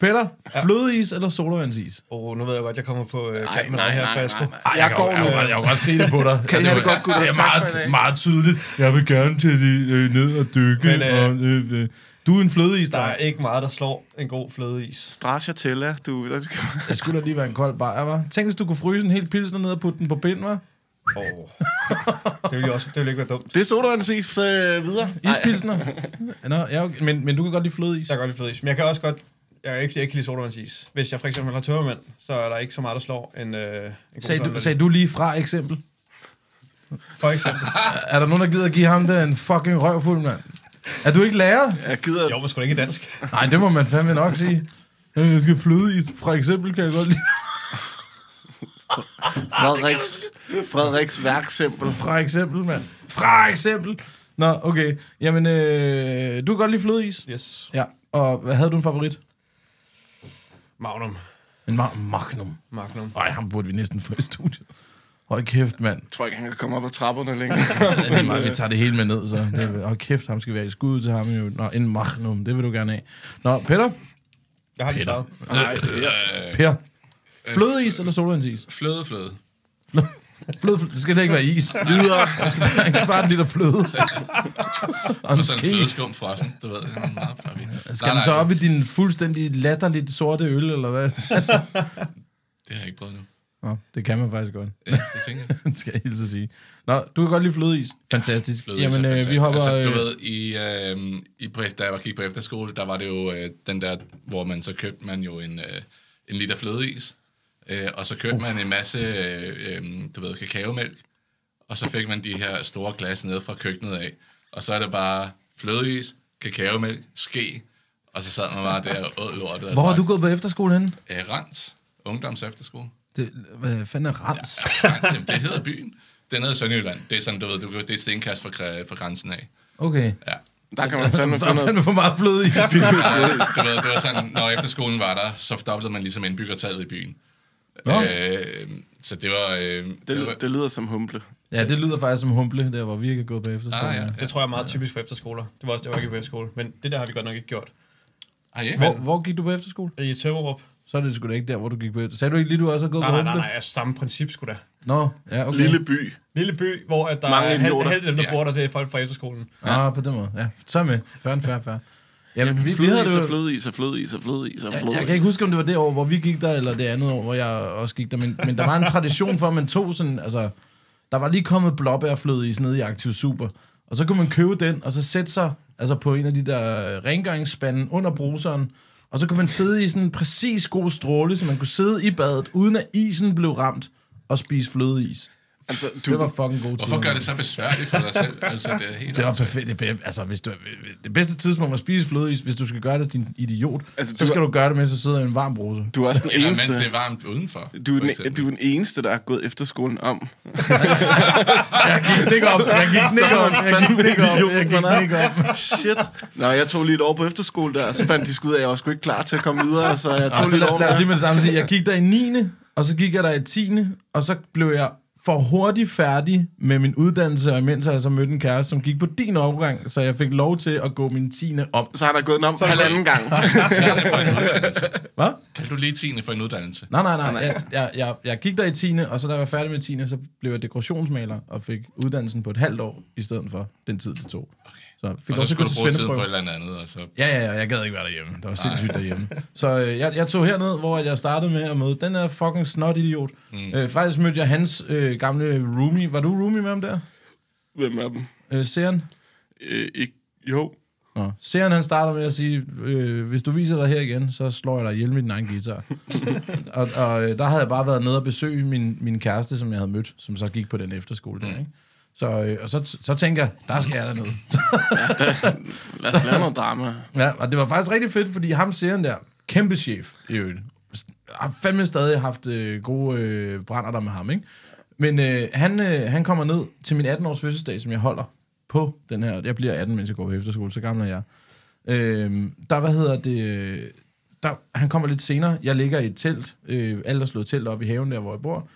Peter, flødeis eller solvandsis?
Oh, nu ved jeg godt, jeg kommer på øh,
Nej,
kanten med
nej,
dig her,
nej,
Fasko.
nej, nej.
Ej, jeg, jeg,
går
jeg, jeg, jeg, jeg kan godt se det på dig.
Kan I have det godt, gutter?
Det er
Tak for i
meget,
dag.
meget tydeligt. Jeg vil gerne til de, øh, ned og dykke. Men,
Men,
øh,
øh,
og, øh, øh, du er en flødeis,
Der er
der.
ikke meget, der slår en god flødeis.
Stracciatella, du. Der skal...
Det skulle da lige være en kold bajer, var. Tænk, hvis du kunne fryse en hel pilsner ned og putte den på pind, var.
Oh. det ville jo også det ville ikke være dumt.
Det er sodavand ses øh, videre.
Ispilsner. Nå, ja, okay. men, men du kan godt lide flødeis.
Jeg kan godt lide flødeis, men jeg kan også godt... Jeg er ikke, fordi jeg ikke kan lide sodavandsis. Hvis jeg for eksempel har tørmænd, så er der ikke så meget, der slår en, øh, en god
Sagde du,
sodavand.
sagde du lige fra eksempel?
For eksempel.
Er der nogen, der gider at give ham der en fucking røvfuld, mand? Er du ikke lærer?
Jeg gider
Jo, men sgu da ikke i dansk.
Nej, det må man fandme nok sige. Øh, Jeg skal fløde i, for eksempel, kan jeg godt lide.
Frederiks, Frederiks værksempel.
Fra eksempel, mand. Fra eksempel! Nå, okay. Jamen, øh, du kan godt lide flødeis.
Yes.
Ja, og hvad havde du en favorit?
Magnum.
En ma- magnum.
Magnum.
Nej, ham burde vi næsten få i studiet. Hold kæft, mand.
Jeg tror ikke, han kan komme op ad trapperne længere.
Ja, vi, vi tager det hele med ned, så. Det, og kæft, ham skal være i skud til ham. Jo. Nå, en magnum, det vil du gerne have. Nå, Peter.
Jeg har lige svaret.
Nej, øh,
Per. Flødeis eller solvandsis?
fløde, fløde.
Fløde, fløde, det skal da ikke være is. Videre. Der skal være en kvart liter fløde. Og en
Sådan en
ske.
flødeskum frossen, du ved. Det er meget farligt.
Skal den så op i din fuldstændig latterligt sorte øl, eller hvad?
Det har jeg ikke prøvet nu.
Nå, det kan man faktisk godt.
Ja, det tænker jeg.
Det skal jeg hilse at sige. Nå, du kan godt lide flødeis. Fantastisk.
Fløde
Jamen, øh, vi hopper...
Altså,
øh,
du ved, i, øh, i, på- da jeg var gik på efterskole, der var det jo øh, den der, hvor man så købte man jo en, øh, en liter flødeis, øh, og så købte uh. man en masse, øh, øh, du ved, kakaomælk, og så fik man de her store glas ned fra køkkenet af, og så er det bare flødeis, kakaomælk, ske, og så sad man bare der og åd lortet. og
Hvor har
drak.
du gået på efterskole henne?
Øh, Rens, ungdoms efterskole.
Det, hvad fanden er Rans?
Jamen, det hedder byen. Den hedder Sønderjylland. Det er sådan, du ved, du, kan- det er et stenkast fra, græ- fra grænsen af.
Okay.
Ja.
Der kan man fandme
Der er
finde noget.
fandme for meget fløde i.
Du ved, det var sådan, når efterskolen var der, så fordoblede man ligesom indbyggertallet i byen.
Nå.
Øh, så det var... Øh, det,
Det,
det var
ly- det lyder som humble.
Ja, det lyder faktisk som humble, der hvor vi ikke er gået på efterskole.
ah, ja.
Det tror jeg er meget typisk for efterskoler. Det var også, det var ikke på efterskole. Men det der har vi godt nok ikke gjort.
Ah, ja.
Hvor, hvor gik du på efterskole?
I Tømmerup.
Så er det sgu da ikke der, hvor du gik på efterskole. Sagde du ikke lige, du også har gået
Nej,
på
nej,
humble?
nej, nej. Altså, samme princip skulle da.
Nå, ja, okay.
Lille by.
Lille by, hvor at der
Mange
er halv,
idioter.
halvdelen af dem, der
Ja.
bor der, det er folk fra efterskolen.
Ah, på den måde. Ja, så med. Færre, færre, færre. Jamen, vi, vi havde
Flødeis
det jo...
og flødeis og flødeis og flødeis og flødeis.
Jeg kan ikke huske, om det var det år, hvor vi gik der, eller det andet år, hvor jeg også gik der. Men, men der var en tradition for, at man tog sådan... Altså, der var lige kommet blåbærflødeis nede i Aktiv Super. Og så kunne man købe den, og så sætte sig altså på en af de der øh, rengøringsspanden under bruseren. Og så kunne man sidde i sådan en præcis god stråle, så man kunne sidde i badet, uden at isen blev ramt, og spise flødeis.
Altså, du,
Det var fucking god tid.
Hvorfor gør det så besværligt for dig selv? Altså, det er helt
Det var
åndssvagt.
perfekt. Det, be- altså, hvis du, det bedste tidspunkt at spise flødeis, hvis du skal gøre det, din idiot, altså,
Altså,
så
du-
skal du gøre det, mens du sidder i en varm bruse.
du er også den
Eller
eneste.
mens det er varmt udenfor.
Du er,
for
den,
eksempel.
du er den eneste, der har gået efterskolen om.
Jeg gik ikke op. Jeg gik ikke op. Jeg gik ikke op. Jeg gik ikke op.
Shit. Nå, jeg tog lige et år på efterskole der, og så fandt de skud af, at jeg var sgu ikke klar til at komme videre, så jeg
Og
tog
så
lige et
lad,
år
lad os lige
mere.
med det samme sige. Jeg gik der i 9. Og så gik jeg der i 10. Og så blev jeg for hurtigt færdig med min uddannelse, og imens har jeg så mødte en kæreste, som gik på din opgang, så jeg fik lov til at gå min 10. om.
Så har der gået den om halvanden gang.
Hvad?
Kan du lige tiende for en uddannelse?
Nej, nej, nej. Jeg, jeg, jeg, jeg gik der i 10. og så da jeg var færdig med 10. så blev jeg dekorationsmaler og fik uddannelsen på et halvt år, i stedet for den tid, det tog. Okay. Så jeg fik
Og så
også kun
skulle du
til
bruge tiden på et
svendeprøve.
eller andet, og så...
Ja, ja, ja, jeg gad ikke være derhjemme. Det var sindssygt derhjemme. Så øh, jeg, jeg tog herned, hvor jeg startede med at møde den her fucking snot idiot. Mm. Øh, faktisk mødte jeg hans øh, gamle roomie. Var du roomie med ham der?
Hvem er dem?
Øh, Seren?
Øh, ikke. Jo.
Nå. Seren han starter med at sige, øh, hvis du viser dig her igen, så slår jeg dig ihjel med din egen guitar. og og øh, der havde jeg bare været nede og besøge min, min kæreste, som jeg havde mødt, som så gik på den efterskole der, ikke? Så, øh, og så, så tænker jeg, der skal jeg dernede.
Lad os lave noget drama.
ja, og det var faktisk rigtig fedt, fordi ham Seren der, kæmpe chef i øvrigt, har fandme stadig haft øh, gode øh, brænder der med ham, ikke? Men øh, han, øh, han kommer ned til min 18-års fødselsdag, som jeg holder på den her. Jeg bliver 18, mens jeg går på efterskole, så gammel er jeg. Øh, der, hvad hedder det... øh, Der, han kommer lidt senere. Jeg ligger i et telt. Øh, alle har slået telt op i haven, der hvor jeg bor.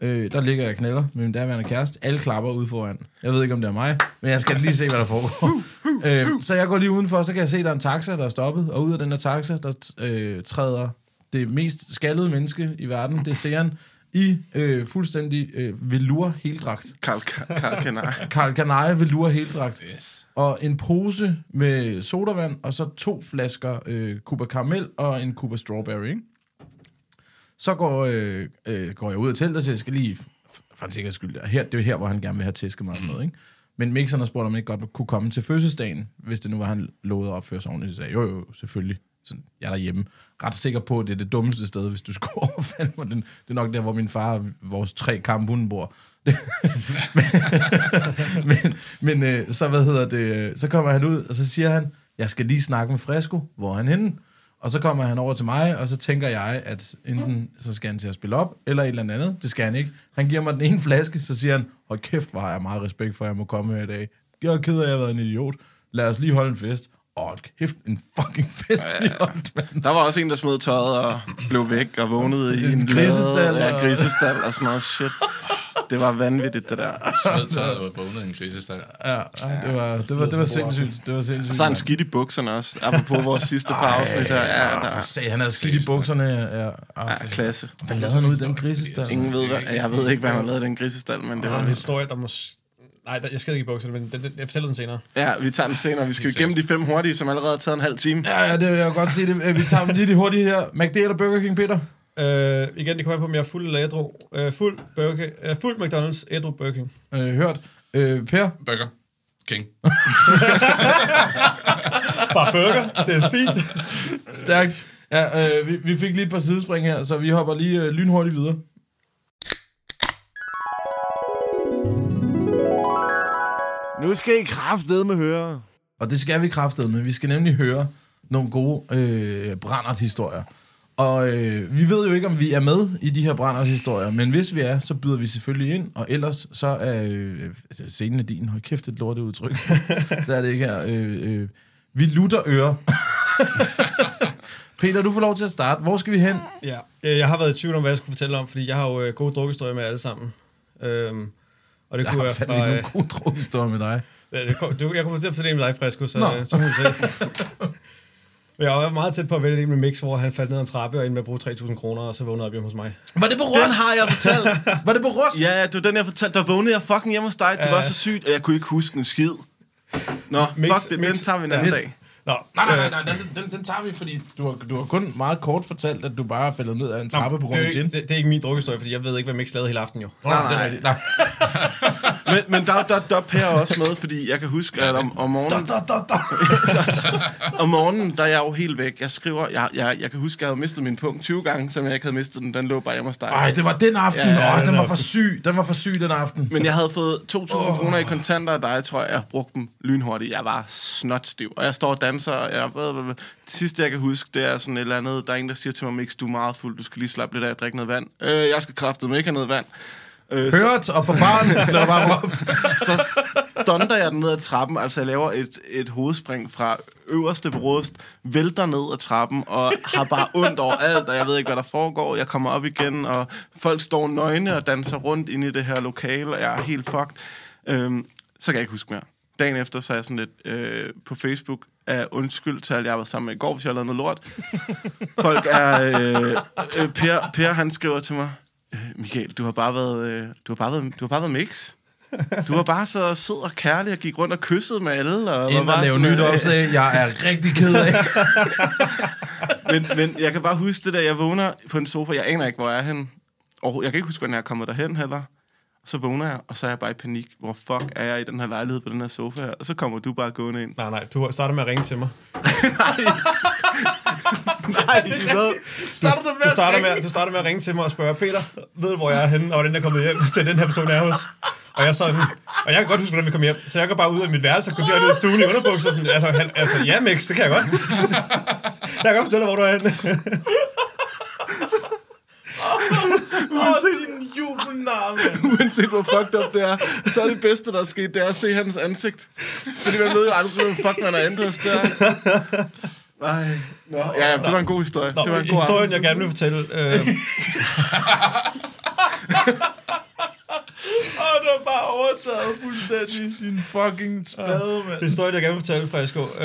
Øh, der ligger jeg og knaller med min daværende kæreste. Alle klapper ude foran. Jeg ved ikke, om det er mig, men jeg skal lige se, hvad der foregår. øh, så jeg går lige udenfor, så kan jeg se, at der er en taxa, der er stoppet. Og ud af den her taxa, der t- øh, træder det mest skaldede menneske i verden, det er Seren, i øh, fuldstændig øh, velour heldragt.
Karl, Karl, Karl Kanar.
Karl Canarie velour heldragt.
Yes.
Og en pose med sodavand, og så to flasker øh, Cuba Caramel og en Cuba Strawberry. Ikke? Så går, øh, øh, går jeg ud af teltet, så jeg skal lige, f- for en sikkerheds skyld, her, det er jo her, hvor han gerne vil have tæsket mig og sådan noget. Ikke? Men mixeren har spurgt, om jeg ikke godt kunne komme til fødselsdagen, hvis det nu var, han lovede at opføre sig ordentligt. Så sagde jeg, jo, jo, selvfølgelig. Så jeg er derhjemme. Ret sikker på, at det er det dummeste sted, hvis du skulle overfalde mig. Den, det er nok der, hvor min far og vores tre kamphunde bor. men men øh, så, hvad hedder det, øh, så kommer han ud, og så siger han, jeg skal lige snakke med Fresco, hvor er han henne? Og så kommer han over til mig, og så tænker jeg, at enten så skal han til at spille op, eller et eller andet. Det skal han ikke. Han giver mig den ene flaske, så siger han, hold kæft, hvor har jeg meget respekt for, at jeg må komme her i dag. Jeg er ked af, at jeg har været en idiot. Lad os lige holde en fest. Åh, oh, kæft, en fucking fest, vi holdt, mand.
Der var også en, der smed tøjet og blev væk og vågnede i en
grisestald
lade.
og-
Ja, grisestal og sådan noget shit. Det var vanvittigt, det der.
Smed tøjet og vågnede i en krisestad.
Ja, ja, det var, det var, det var sindssygt. Det var sindssygt.
Så er han skidt i bukserne også, apropå vores sidste pause. her. Ja, der
For
er
sag, han havde skidt i bukserne. Ja, ja,
ja, klasse.
Hvad lavede han ud i den grisestald?
Ingen ved, hvad, jeg ved ikke, hvad han har lavet i den grisestal, men det
Der var en
var...
historie, der måske... Nej, der, jeg skal ikke i bukserne, men den, den, jeg fortæller den senere.
Ja, vi tager den senere. Vi skal jo gemme de fem hurtige, som allerede har taget en halv time.
Ja, ja, det vil jeg godt se. Det. Øh, Vi tager dem lige de hurtige her. McD eller Burger King, Peter?
Øh, igen, det kommer an på, om jeg er fuld eller ædru. Øh, fuld, Burger, øh, fuld McDonald's, ædru Burger King.
Øh, hørt. Øh, per?
Burger. King.
Bare burger, det er fint.
Stærkt. Ja, øh, vi, vi fik lige et par sidespring her, så vi hopper lige øh, lynhurtigt videre.
Nu skal I kraftedeme høre.
Og det skal vi kraftede med. Vi skal nemlig høre nogle gode øh, brændert-historier. Og øh, vi ved jo ikke, om vi er med i de her brændert-historier, men hvis vi er, så byder vi selvfølgelig ind, og ellers så er øh, altså, scenen er din. Hold kæft, et lortet udtryk. Der er det ikke her. Øh, øh, vi lutter ører. Peter, du får lov til at starte. Hvor skal vi hen?
Ja, øh, jeg har været i tvivl om, hvad jeg skulle fortælle om, fordi jeg har jo øh, gode drukhistorier med alle sammen. Øhm, og det
Jeg
kunne
har
være
fandme
fra...
ikke
Øh,
nogen god drukhistorie med dig.
ja, det kunne- det- jeg kunne fortælle fortælle en med dig, Fresco, så,
Nå.
øh, så må vi se. Men jeg var meget tæt på at vælge en med Mix, hvor han faldt ned ad en trappe og endte med at bruge 3.000 kroner, og så vågnede op hjemme hos mig.
Var det på rust?
Den har jeg fortalt.
Var det på rust?
Ja, ja, det var den, jeg fortalte. Der vågnede jeg fucking hjemme hos dig. Det var så sygt, og jeg kunne ikke huske en skid. Nå,
Mix-
fuck det, den
mix-
tager vi en anden dag.
Nå,
Nej, nej, nej, nej den, den, den tager vi, fordi du har, du har kun meget kort fortalt, at du bare er faldet ned ad en trappe på
det,
grund
er
af
jo ikke,
gin.
det, det, er ikke min drukhistorie, fordi jeg ved ikke, hvad Mix lavede hele aftenen jo.
nej, nej, nej. nej.
Men, men der, der, der Per også med, fordi jeg kan huske, at om, om morgenen,
Da, da, da.
om morgenen, der er jeg jo helt væk. Jeg skriver, jeg, jeg, jeg kan huske, at jeg havde mistet min punkt 20 gange, som jeg ikke havde mistet den. Den lå bare hjemme hos dig.
Ej, det var den aften.
Ja,
Ja,
ja,
Åh,
den
den var for syg. Den var for syg den aften.
Men jeg havde fået 2.000 oh. kroner i kontanter af dig, tror jeg. Jeg brugte dem lynhurtigt. Jeg var snotstiv. Og jeg står og danser, og jeg, hvad, hvad, hvad. Det sidste, jeg kan huske, det er sådan et eller andet. Der er en, der siger til mig, Mix, du er meget fuld. Du skal lige slappe lidt af og drikke noget vand. Øh, jeg skal kraftedeme ikke have noget vand. Øh, så,
Hørt og på barnet blev der bare råbt.
så donder jeg den ned ad trappen. Altså, jeg laver et, et hovedspring fra øverste bryst, vælter ned ad trappen og har bare ondt over alt, og jeg ved ikke, hvad der foregår. Jeg kommer op igen, og folk står nøgne og danser rundt inde i det her lokale, og jeg er helt fucked. Øhm, så kan jeg ikke huske mere. Dagen efter, så er jeg sådan lidt øh, på Facebook af undskyld til alle, jeg var sammen med i går, hvis jeg lavede noget lort. Folk er... Øh, øh, per, per, han skriver til mig, "Øh, Michael, du har bare været, øh, du har bare været, du har bare været mix. Du var bare så sød og kærlig og gik rundt og kyssede med alle. Og var
Inden at
bare
lave
sådan,
nyt
øh,
opslag. Jeg er rigtig ked af.
Men, men jeg kan bare huske det der, jeg vågner på en sofa. Jeg aner ikke, hvor jeg er henne. Og jeg kan ikke huske, hvordan jeg er kommet derhen heller. Så vågner jeg, og så er jeg bare i panik. Hvor fuck er jeg i den her lejlighed på den her sofa her? Og så kommer du bare gående ind.
Nej, nej, du starter med at ringe til mig.
Nej, hvad?
Starter du
Du starter, med, du starter med at ringe til mig og spørge, Peter, ved du, hvor jeg er henne, og hvordan jeg er kommet hjem til den her person, jeg er hos? Og jeg er sådan, og jeg kan godt huske, hvordan vi kom hjem, så jeg går bare ud af mit værelse og går direkte ud af stuen i underbukser, sådan, altså, han, altså, ja, Mix, det kan jeg godt. jeg kan godt fortælle dig, hvor du er henne.
din jubelnarme.
Uanset hvor fucked up det er, så er det bedste, der er sket, det er at se hans ansigt. Fordi man ved jo aldrig, hvor fuck man er endt os der. Nej. Nå, ja, ja, det var en god historie.
Nå,
det var en god historie.
historien, jeg gerne vil fortælle. Øh,
Åh, du har bare overtaget fuldstændig din fucking spade, mand.
historien, jeg gerne vil fortælle, Fresco øh,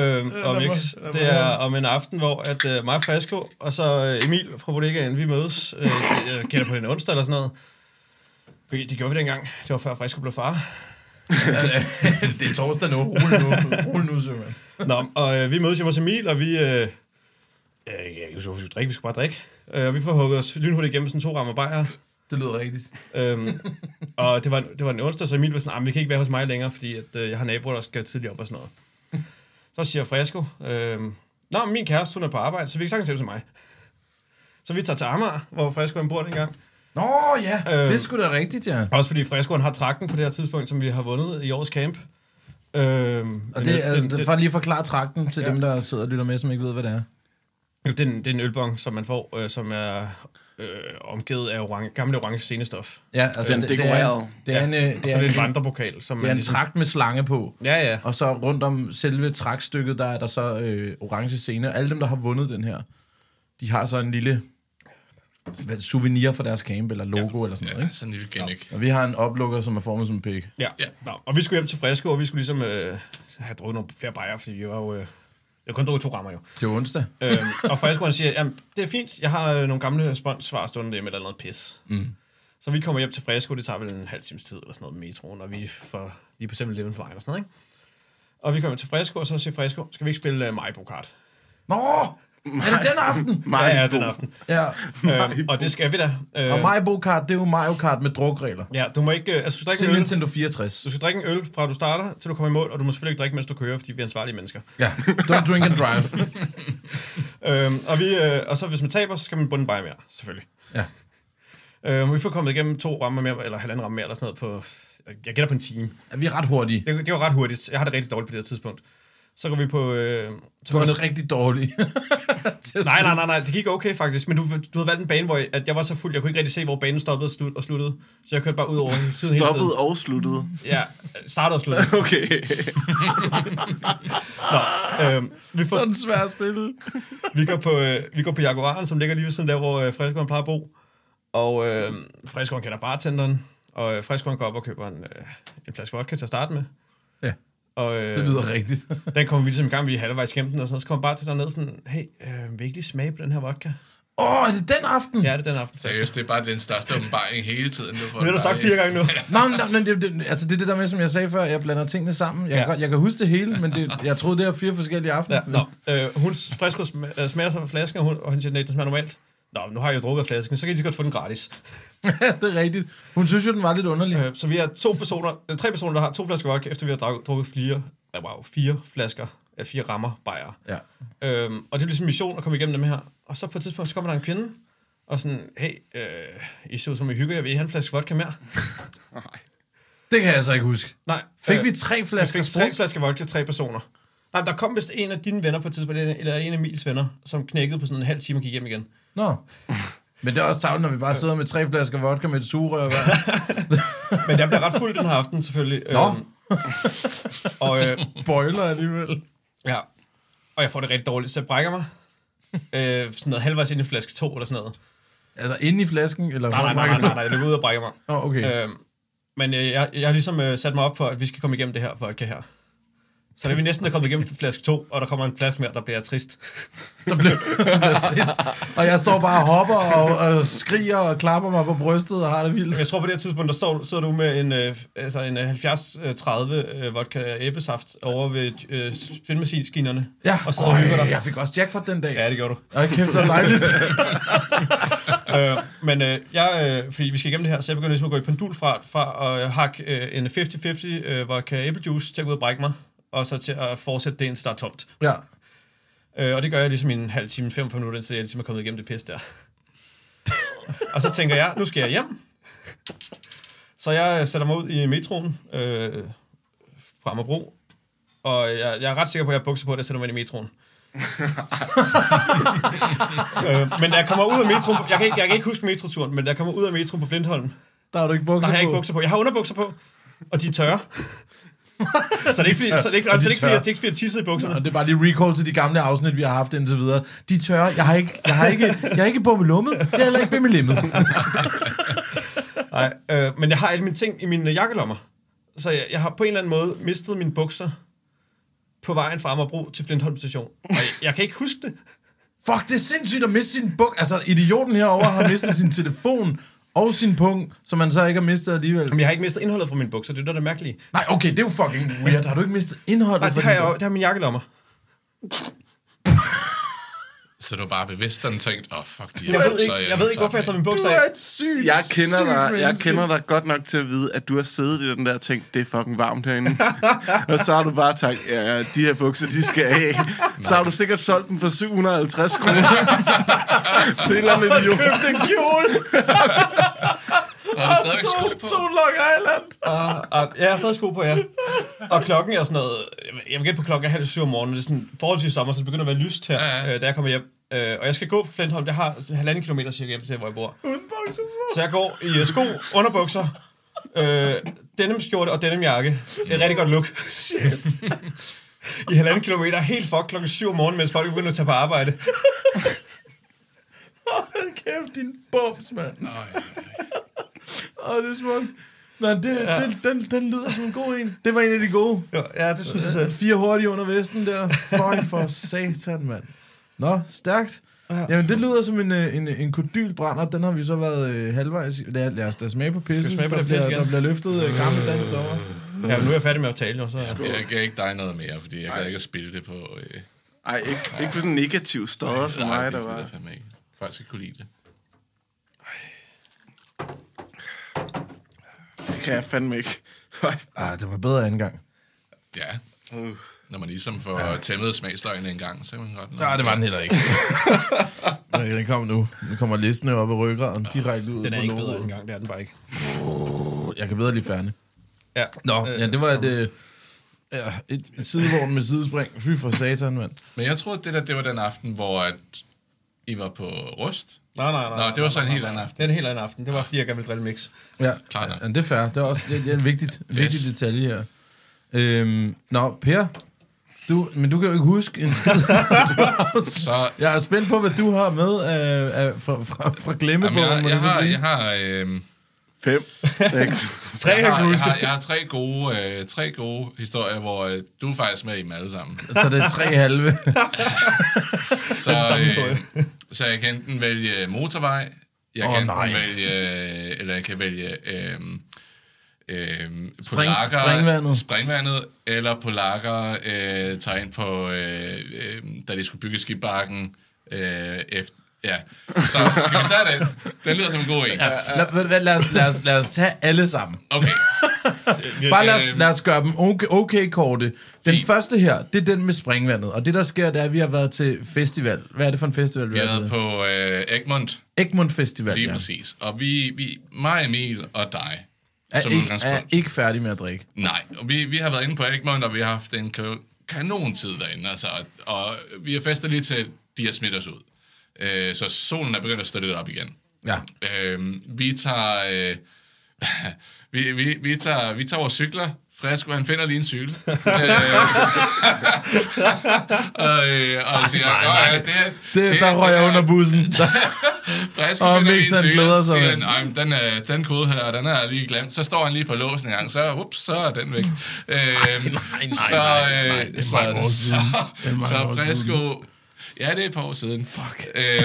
lad
og
mig-
Mix,
lad mig
det er
høre.
om en aften, hvor at, øh, mig, Fresco og så øh, Emil fra Bodegaen, vi mødes, øh, jeg gælder på en onsdag eller sådan noget. Fordi det gjorde vi dengang. Det var før Fresco blev far.
Det er torsdag nu. Rul nu, rul nu, sømand.
Nå, og øh, vi mødes hjemme hos Emil, og vi... Øh, øh, jeg kan ikke huske, hvorfor vi skulle drikke, vi skulle bare drikke. Øh, og vi får hugget os lynhurtigt igennem sådan to rammer bajer.
Det lyder rigtigt.
Øhm, og det var, det var en onsdag, så Emil var sådan, "Ah, men vi kan ikke være hos mig længere, fordi at, øh, jeg har naboer, der skal tidligt op og sådan noget. Så siger Fresco, øh, Nå, men min kæreste, hun er på arbejde, så vi kan sagtens hjælpe til mig. Så vi tager til Amager, hvor Fresco han bor dengang.
Nå ja,
Øh.
det er sgu da rigtigt, ja.
Også fordi Fresco han har trakten på det her tidspunkt, som vi har vundet i årets camp. Øhm,
Og det er, for lige at forklare trakten til dem, der sidder og lytter med, som ikke ved, hvad det er.
Jo, Det er, en, det er en ølbong, som man får, øh, som er øh, omgivet af orange, gamle orange scenestof.
Ja, altså,
Den
det, det, er,
dekorerede.
det er en, øh,
Og
det
så
er
er det
en,
en vandrepokal, som
det er
man
en
ligesom-
trakt med slange på.
Ja, ja.
Og så rundt om selve trækstykket, der er der så øh, orange scene. Og alle dem, der har vundet den her, de har så en lille hvad, souvenir for deres camp, eller logo, ja. eller sådan noget.
Ja,
Ikke?
sådan en lille gimmick.
Og vi har en oplukker, som er formet som en pik.
Ja.
Ja.
ja. Nå, og vi skulle hjem til Frisco, og vi skulle ligesom øh, have drukket nogle flere bajer, fordi vi var jo... Øh, jeg kun drukket to rammer jo.
Det er onsdag.
øhm, og Frisco han siger, jamen, det er fint, jeg har øh, nogle gamle sponsorsvar stående hjemme, eller noget pis. Mm. Så vi kommer hjem til Frisco, det tager vel en halv times tid, eller sådan noget med metroen, og vi får lige på 7 Eleven på vejen og sådan noget, ikke? Og vi kommer til Frisco, og så siger Frisco, skal vi ikke spille uh, Maribo Kart?
Nå, er det den aften?
Nej, ja, ja, den aften.
Ja,
Øhm, og det skal vi da.
og
Øh,
Mario Kart, det er jo Mario Kart med drukregler.
ja, du må ikke, øh, altså, du skal
Til
drikke en øl,
Nintendo 64.
du skal drikke en øl fra du starter, til du kommer i mål, og du må selvfølgelig ikke drikke, mens du kører, fordi vi er ansvarlige mennesker.
Ja, don't drink and drive.
Øhm, og, vi, øh, og så hvis man taber, så skal man bunde bare mere, selvfølgelig.
Ja.
Øhm, vi får kommet igennem to rammer mere, eller halvanden ramme mere, eller sådan noget på, jeg gætter på en time.
Ja, Vi er ret hurtige.
Det, det var ret hurtigt. Jeg har det rigtig dårligt på det her tidspunkt. Så går vi på... Øh, så
Det var
går vi
også rigtig dårligt.
nej, nej, nej, nej, det gik okay faktisk, men du, du havde valgt en bane, hvor jeg, at jeg var så fuld, jeg kunne ikke rigtig se, hvor banen stoppede og slut- og sluttede, så jeg kørte bare ud over siden hele tiden.
Stoppet og sluttet.
Ja, startede og sluttede.
Okay.
øhm, vi, får,
Sådan svært at spille.
vi, går på, øh, vi går på Jaguaren, som ligger lige ved siden der, hvor øh, Freskoen plejer at bo. Og øh, Freskoen kender bartenderen, og øh, Freskoen går op og køber en, øh, en flaske vodka til at starte med.
Ja,
Og, øh,
det lyder rigtigt.
Den kommer vi ligesom i gang, vi er halvvejs gennem den, og sådan, noget. så kommer bartenderen ned sådan, hey, øh, vil I ikke lige smage på den her vodka?
Åh, oh, er det den aften?
Ja, det er den aften.
Seriøst, det er bare den største åbenbaring hele tiden. Du får
Det har du sagt fire gange nu.
Nej, nej, nej det, det, altså det er det der med, som jeg sagde før, jeg blander tingene sammen. Jeg, ja.
Ja.
kan, godt- jeg kan huske det hele, men det, jeg troede, det var fire forskellige aftener.
Ja, nå. Øh, hun frisk og sm- øh, smager sig af flasken, og hun, og hun siger, nej, det smager normalt. Nå, nu har jeg jo drukket af flasken, så kan I lige så godt få den gratis.
det er rigtigt. Hun synes jo, den var lidt underlig.
Øh, så vi er to personer, øh, tre personer, der har to flasker vodka, efter vi har drukket, drukket fire, ja, wow, fire flasker, ja, fire rammer bajer.
Ja.
Øhm, og det er ligesom mission at komme igennem dem her. Og så på et tidspunkt, så kommer der en kvinde, og sådan, hey, øh, I ser ud som I hygger jer, vil I have en flaske vodka mere?
Det kan jeg så ikke huske.
Nej.
Fik
øh,
vi tre flasker
Jeg fik tre
sprut?
flasker vodka, tre personer. Nej, der kom vist en af dine venner på et tidspunkt, eller en af Emils venner, som knækkede på sådan en halv time og gik hjem igen.
Nå. Men det er også tavlen, når vi bare sidder med tre flasker vodka med et sugerør. hver.
Men jeg blev ret fuld den her aften, selvfølgelig.
Nå.
Øhm, og, øh,
Spoiler alligevel.
ja. og jeg får det rigtig dårligt, så jeg brækker mig. Øh, sådan noget halvvejs ind i flaske 2 eller sådan noget.
Altså inde i flasken? Eller
Nej, nej, nej, nej, nej, nej jeg løber ud og brækker mig.
Nå, okay.
Øhm, men øh, jeg, jeg har ligesom øh, sat mig op for, at vi skal komme igennem det her vodka her. Så da vi næsten er kommet igennem flaske 2, og der kommer en flaske mere, der bliver jeg trist.
Der blev jeg trist. Og jeg står bare og hopper og, og skriger og klapper mig på brystet og har det vildt.
Jeg tror på det her tidspunkt, der står, sidder du med en, øh, altså en øh, 70-30 øh, vodka æblesaft over ved øh, spilmaskinskinerne.
Ja,
Og sidder og hygger
Øj,
dig.
jeg fik også jackpot den dag.
Ja, det gjorde du.
Ej, kæft, det er dejligt.
øh, men øh, jeg, øh, fordi vi skal igennem det her, så jeg begynder ligesom at gå i pendul fra, fra at hakke øh, en 50-50 øh, vodka æblejuice til at gå ud og brække mig, og så til at fortsætte det, indtil der er tomt.
Ja.
Øh, og det gør jeg ligesom i en halv time, 45 minutter, indtil jeg ligesom er kommet igennem det pis der. og så tænker jeg, nu skal jeg hjem. Så jeg øh, sætter mig ud i metroen øh, fra Amagerbro, og jeg, jeg er ret sikker på, at jeg har bukser på, da jeg sætter mig ind i metroen. øh, men da jeg kommer ud af metroen, jeg kan, ikke, jeg kan ikke huske metroturen, men da jeg kommer ud af metroen på Flintholm, der
Der har du ikke bukser
har jeg
på.
ikke bukser på. Jeg har underbukser på, og de er tørre. så det er ikke, fordi, så det er ikke,
og de
så det er ikke, fordi,
tørre.
jeg- det er ikke, fordi jeg tissede i bukserne.
Og det er bare lige recall til de gamle afsnit, vi har haft indtil videre. De er tørre. Jeg har ikke, jeg har ikke, jeg har ikke bummet lummet. Jeg har heller ikke bimmet limmet.
Nej, øh, men jeg har alle mine ting i mine øh, jakkelommer. Så jeg, jeg har på en eller anden måde mistet mine bukser på vejen fra Amagerbro til Flintholm station. Og jeg, jeg kan ikke huske det.
Fuck, det er sindssygt at miste sin buk. Altså, idioten herover har mistet sin telefon og sin pung, som man så ikke har mistet alligevel.
Men jeg har ikke mistet indholdet fra mine bukser, det er det, der er mærkeligt.
Nej, okay, det er jo fucking weird. Har du ikke mistet indholdet?
Nej,
fra
det har
din
jeg jo,
buk?
det har mine jakkelommer.
Så du bare bevidst sådan tænkt, åh, oh, fuck, de er
Jeg ved
bukser
ikke,
i,
jeg ved ikke hvorfor jeg tager mine
Du
bukser
er
af.
et sygt,
Jeg kender,
sygt
dig, jeg
menneske.
kender dig godt nok til at vide, at du har siddet i den der og tænkt, det er fucking varmt herinde. og så har du bare tænkt, ja, de her bukser, de skal af. så har du sikkert solgt dem for 750 kroner til en eller anden idiot.
Købte en kjole.
Har du stadigvæk sko på?
To Long Island.
Og, og, ja, jeg har stadig sko på, ja. Og klokken er sådan noget jeg vil gætte på klokken er halv syv om morgenen. Det er sådan forholdsvis sommer, så det begynder at være lyst her,
Ja,
ja,
ja.
ja. Øh, da jeg kommer hjem. Øh, og jeg skal gå fra Flintholm. Jeg har halvanden kilometer cirka hjem til, hvor jeg bor. Så jeg går i øh, sko, underbukser, øh, denim skjorte og denim jakke. Det er et rigtig godt look. Shit. I halvanden kilometer, helt fuck klokken 7 om morgenen, mens folk begynder at tage på arbejde.
Hold kæft, din bums, mand.
Øj,
Åh, det er smukt. Nej, det, ja. den, den, den lyder som en god en. Det var en af de gode.
Jo, Ja, det synes jeg selv.
Fire hurtige under vesten der. Fuck for satan, mand. Nå, stærkt. Jamen, det lyder som en, øh, en, en kodylbrænder. Den har vi så været øh, halvvejs. i. Lad, lad os da smage på pisse.
smage på
der,
det pisse
bliver,
igen?
der bliver løftet øh, gamle dansk dommer.
Ja, men nu er jeg færdig med at tale, jo, så...
jeg gav ikke dig noget mere, fordi jeg gad ikke at spille det på... Øh,
Ej, ikke, ikke på sådan en negativ stodder som
nej,
mig,
det
der
gider jeg
var.
fandme ikke. Folk skal kunne lide det.
Det kan jeg fandme ikke. Ej,
Ah, det var bedre anden gang.
Ja. Når man ligesom får ja. tæmmet smagsløgene en gang, så er man godt...
Nej, det var den heller ikke. Nej, den kom nu. Nu kommer listen op ad ryggraden direkte ud
Den er
på
ikke bedre
logoet.
end gang, det er den bare ikke.
Jeg kan bedre lige færdig.
Ja.
Nå, øh, ja, det var et, øh, ja, et, et sidevogn med sidespring. Fy for satan, mand.
Men jeg tror, det der, det var den aften, hvor at I var på Rust.
Nej, nej, nej.
Nå, det var så en
nej,
helt
nej.
anden aften.
Det er en helt anden aften. Det var, fordi jeg gerne ville drille mix.
Ja,
Klart nok.
ja det er fair. Det er også det, det er en vigtigt, yes. vigtig detalje her. Øhm, nå, Per, du, men du kan jo ikke huske en skid.
Så
Jeg er spændt på, hvad du har med øh, af, fra, fra, fra glemmebogen.
Jamen, jeg,
må det
jeg,
så
har,
blive.
jeg, har, øh,
Fem, seks.
Tre,
jeg,
jeg
har,
kan
jeg,
huske.
har, jeg har tre gode, øh, tre gode historier, hvor øh, du er faktisk med i dem alle sammen.
Så det er tre halve.
Så, øh, så jeg kan enten vælge øh, motorvej, jeg
Åh,
kan enten
nej.
vælge, øh, eller jeg kan vælge øh, øh,
springvandet.
springvandet, eller polakker øh, tager ind på, øh, øh, da de skulle bygge skibbakken, øh, efter, ja. Så skal vi tage den? Den lyder som en god en.
Lad, lad, lad, os, lad, os, lad os tage alle sammen.
Okay,
Bare lad os,
Øhm.
lad os gøre dem okay, okay korte. Den
Fint.
første her, det er den med springvandet. Og det, der sker, det er, at vi har været til festival. Hvad er det for en festival, vi
vi
har
er
været til?
på øh, Egmont.
Egmont Festival,
Lige
ja.
præcis. Og vi, vi mig, Emil og dig,
Er
som
ikke, er
udgangspunkt.
ikke færdig med at drikke.
Nej, og vi, vi har været inde på Egmont, og vi har haft en ka- kanon tid derinde, altså. Og vi har festet lige til, de har smidt os ud. Øh, så solen er begyndt at stå lidt op igen.
Ja.
Øh, vi tager... Øh, vi, vi, vi, tager, vi tager vores cykler. Fresco, han finder lige en cykel. øh, og, øh, og siger, nej, nej. Ja, det, her-
Det,
det
der
her-
røg
det
jeg
her-
under bussen.
Frisk
Og
og finder
Mix,
lige
han
en
glæder
glæder
sig,
sig. Siger,
mand.
"Ej, men den, øh, den kode her, den er lige glemt. Så står han lige på låsen en gang, så, ups, så er den væk. Øhm, så,
nej, nej,
øh,
det er
så-
mange år
så-
siden. Det er mange
Så
år
Fresco... Ja, det er et par år siden. Fuck. Øh,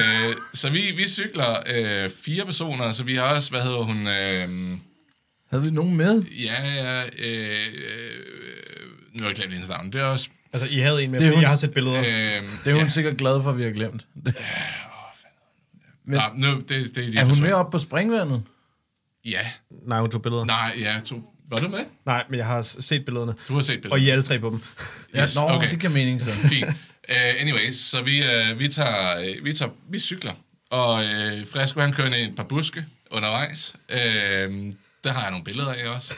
så vi, vi cykler øh, fire personer, så vi har også, hvad hedder hun... Øh,
Havde vi nogen med?
ja, ja... Øh, øh, nu har jeg glemt hendes navn. Det er også...
Altså, I havde en med,
Det er
fordi
hun-
jeg har set billeder.
Øh,
Det er hun sikkert glad for, at vi har glemt.
ja. Nå, nu, det, det er, lige
Er hun med
forsvundet.
op på springvandet?
Ja.
Nej, hun tog billeder. Nej.
Nej, ja. To, var du med?
men jeg har s- set billederne.
Du har set billedet.
Og I er alle tre på dem.
Ja, Nå, okay. det giver mening så.
Fint. Uh, anyways, så vi, uh, vi, tager, uh, vi, tager, vi cykler, og uh, Fresco han kører ned i et par buske undervejs. Uh, der har jeg nogle billeder af også.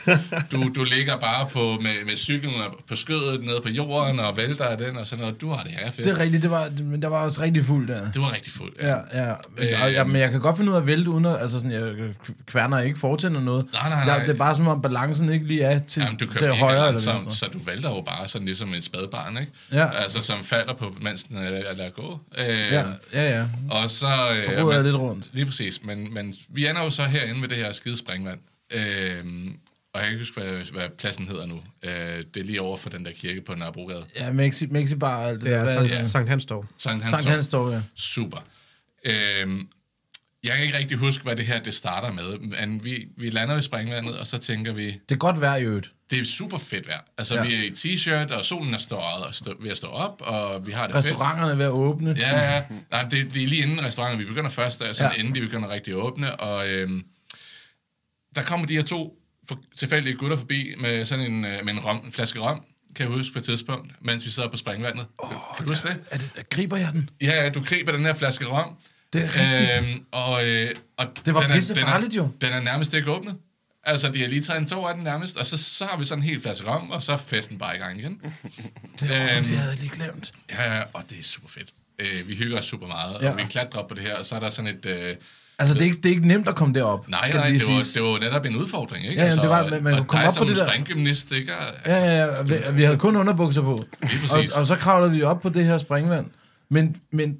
Du, du ligger bare på, med, med cyklen og på skødet nede på jorden og vælter af den og sådan noget. Du har det her fedt.
Det er rigtigt, det var, men der var også rigtig fuld der.
du var rigtig fuld.
Ja, ja. Men, øh, ja, men jeg kan godt finde ud af at vælte uden at, altså sådan, jeg kværner ikke fortænder noget.
Nej, nej,
Jeg-
nej.
Det er bare som om balancen ikke lige er til
Jamen, du kører
det højre eller
langsomt,
venstre.
så du vælter jo bare sådan ligesom et spædbarn, ikke?
Ja.
Altså, som falder på, mens den er er lader gå. Øh,
Ja, ja, ja.
Og så... Øh,
Så roder jeg lidt rundt.
Lige præcis, men, men vi ender jo så herinde med det her skide springvand. Øhm, og jeg kan ikke huske, hvad, hvad pladsen hedder nu. Øh, det er lige over for den der kirke på Nørrebrogade.
Ja, Mexi, Mexi bar og alt det,
Det
der.
er
Hvad er
Sankt,
det?
Sankt Hans Torv.
Sankt Hans,
Sankt
Torv.
Hans Torv, ja.
Super. Øhm, jeg kan ikke rigtig huske, hvad det her det starter med. Men vi, vi lander ved springvandet, og så tænker vi,
Det er godt vejr i øvrigt.
det er super fedt vejr. Altså,
Ja.
ja. vi er i t-shirt, og solen er stået og stå, ved at stå op, og vi har det fedt.
Restauranterne er ved at åbne.
Ja, ja. Nej, det, det er lige inden restauranten. Vi begynder først, og sådan
Ja.
ja. inden de begynder rigtig at åbne. Og øhm, der kommer de her to for, tilfældige gutter forbi med sådan en, øh, med en, rom, en flaske rom, kan jeg huske på et tidspunkt, mens vi sidder på springvandet. Oh, kan du huske det?
Er det, griber jeg den?
Ja, ja, du griber den her flaske rom.
Det er rigtigt.
Øhm, og, øh, og
Det var
den er-
pissefarligt
den er-
jo.
Den er nærmest ikke åbnet. Altså, de har lige taget en tog af den nærmest, og så, så har vi sådan en hel flaske rom, og så er festen bare i gang igen. øhm,
Det havde jeg lige glemt.
ja, ja, og det er super fedt. Øh, vi hygger os super meget,
Ja.
og vi klatrer op på det her, og så er der sådan et... Øh,
Altså, det er, ikke, det er ikke nemt at komme derop.
nej,
skal
nej,
lige
det var,
siges.
det var netop en udfordring, ikke? Altså,
Ja, ja, det var- man- man
og
kunne komme
dig
op på
som
det der-
springgymnast, ikke? Altså,
Ja, ja, ja, vi, vi havde kun underbukser på. Og,
præcis.
og så kravlede vi op på det her springvand. Men, men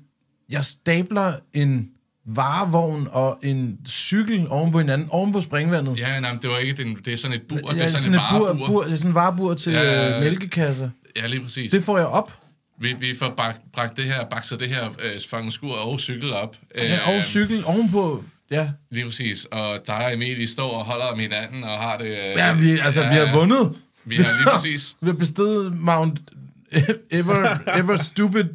jeg stabler en varevogn og en cykel oven på hinanden, oven på springvandet. Ja,
Ja, nej, men det var ikke... Det, det er sådan et bur,
det
det er sådan, et,
bur,
varebur.
bur, det er sådan en varebur til
Ja, ja,
ja,
ja.
mælkekasser.
Ja, lige præcis.
Det får jeg op,
Vi, vi får bragt, bragt det her, bakset det her øh, fucking skur og cykel op. Øh,
ja, og cykel ovenpå. Ja,
Lige præcis. Og dig og Emil, I står og holder om hinanden og har det... Øh,
ja vi, altså, vi har vundet.
Vi har lige præcis...
vi har bestedet Mount E-, Ever, ever Stupid.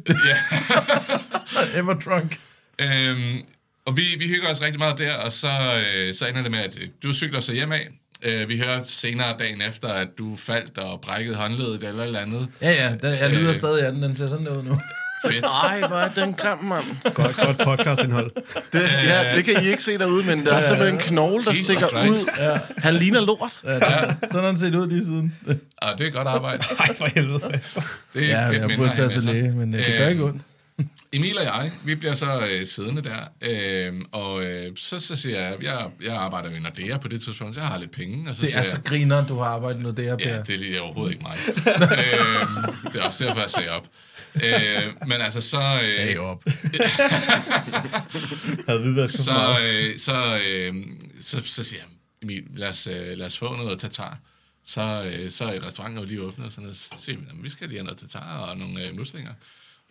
ever Drunk.
Øhm, og vi, vi hygger os rigtig meget der, og så, øh, så ender det med, at du cykler så hjem af. Øh, vi hører senere dagen efter, at du faldt og brækkede håndledet eller et eller andet.
Ja, ja, der, jeg lyder
Øh.
stadig af den. Den ser sådan ud nu.
Fedt.
Ej, hvor er den grim, mand.
Godt, godt podcastindhold.
Det, ja, det kan I ikke se derude, men der er simpelthen en knogle, der
Jesus
stikker
Christ.
ud. Han ligner lort.
Sådan har den set ud lige siden.
Og det er godt arbejde.
Ej, for helvede.
Det er
Ja,
fedt
jeg har
minder
prøvet
at
at tage
have
til
med sig.
læge, men øh, det gør
Øhm,
ikke ondt.
Emil og jeg, vi bliver så øh, siddende der, øh, og øh, så, så siger jeg, jeg, jeg arbejder jo i Nordea på det tidspunkt, så jeg har lidt penge, og så
Det
siger
er så
jeg,
griner, du har arbejdet med det her, Per.
ja, det er lige overhovedet ikke mig. øh, det er også derfor, jeg sagde op. Øh, men altså, så... Øh,
Sag op.
havde hvidvasket så
så,
meget.
øh, så, øh, så, så siger jeg, Emil, lad os, øh, lad os få noget tatar. Så, øh, så er restauranten jo lige åbnet, og sådan noget. så siger vi, "Jamen, vi skal lige have noget tatar og nogle øh, muslinger.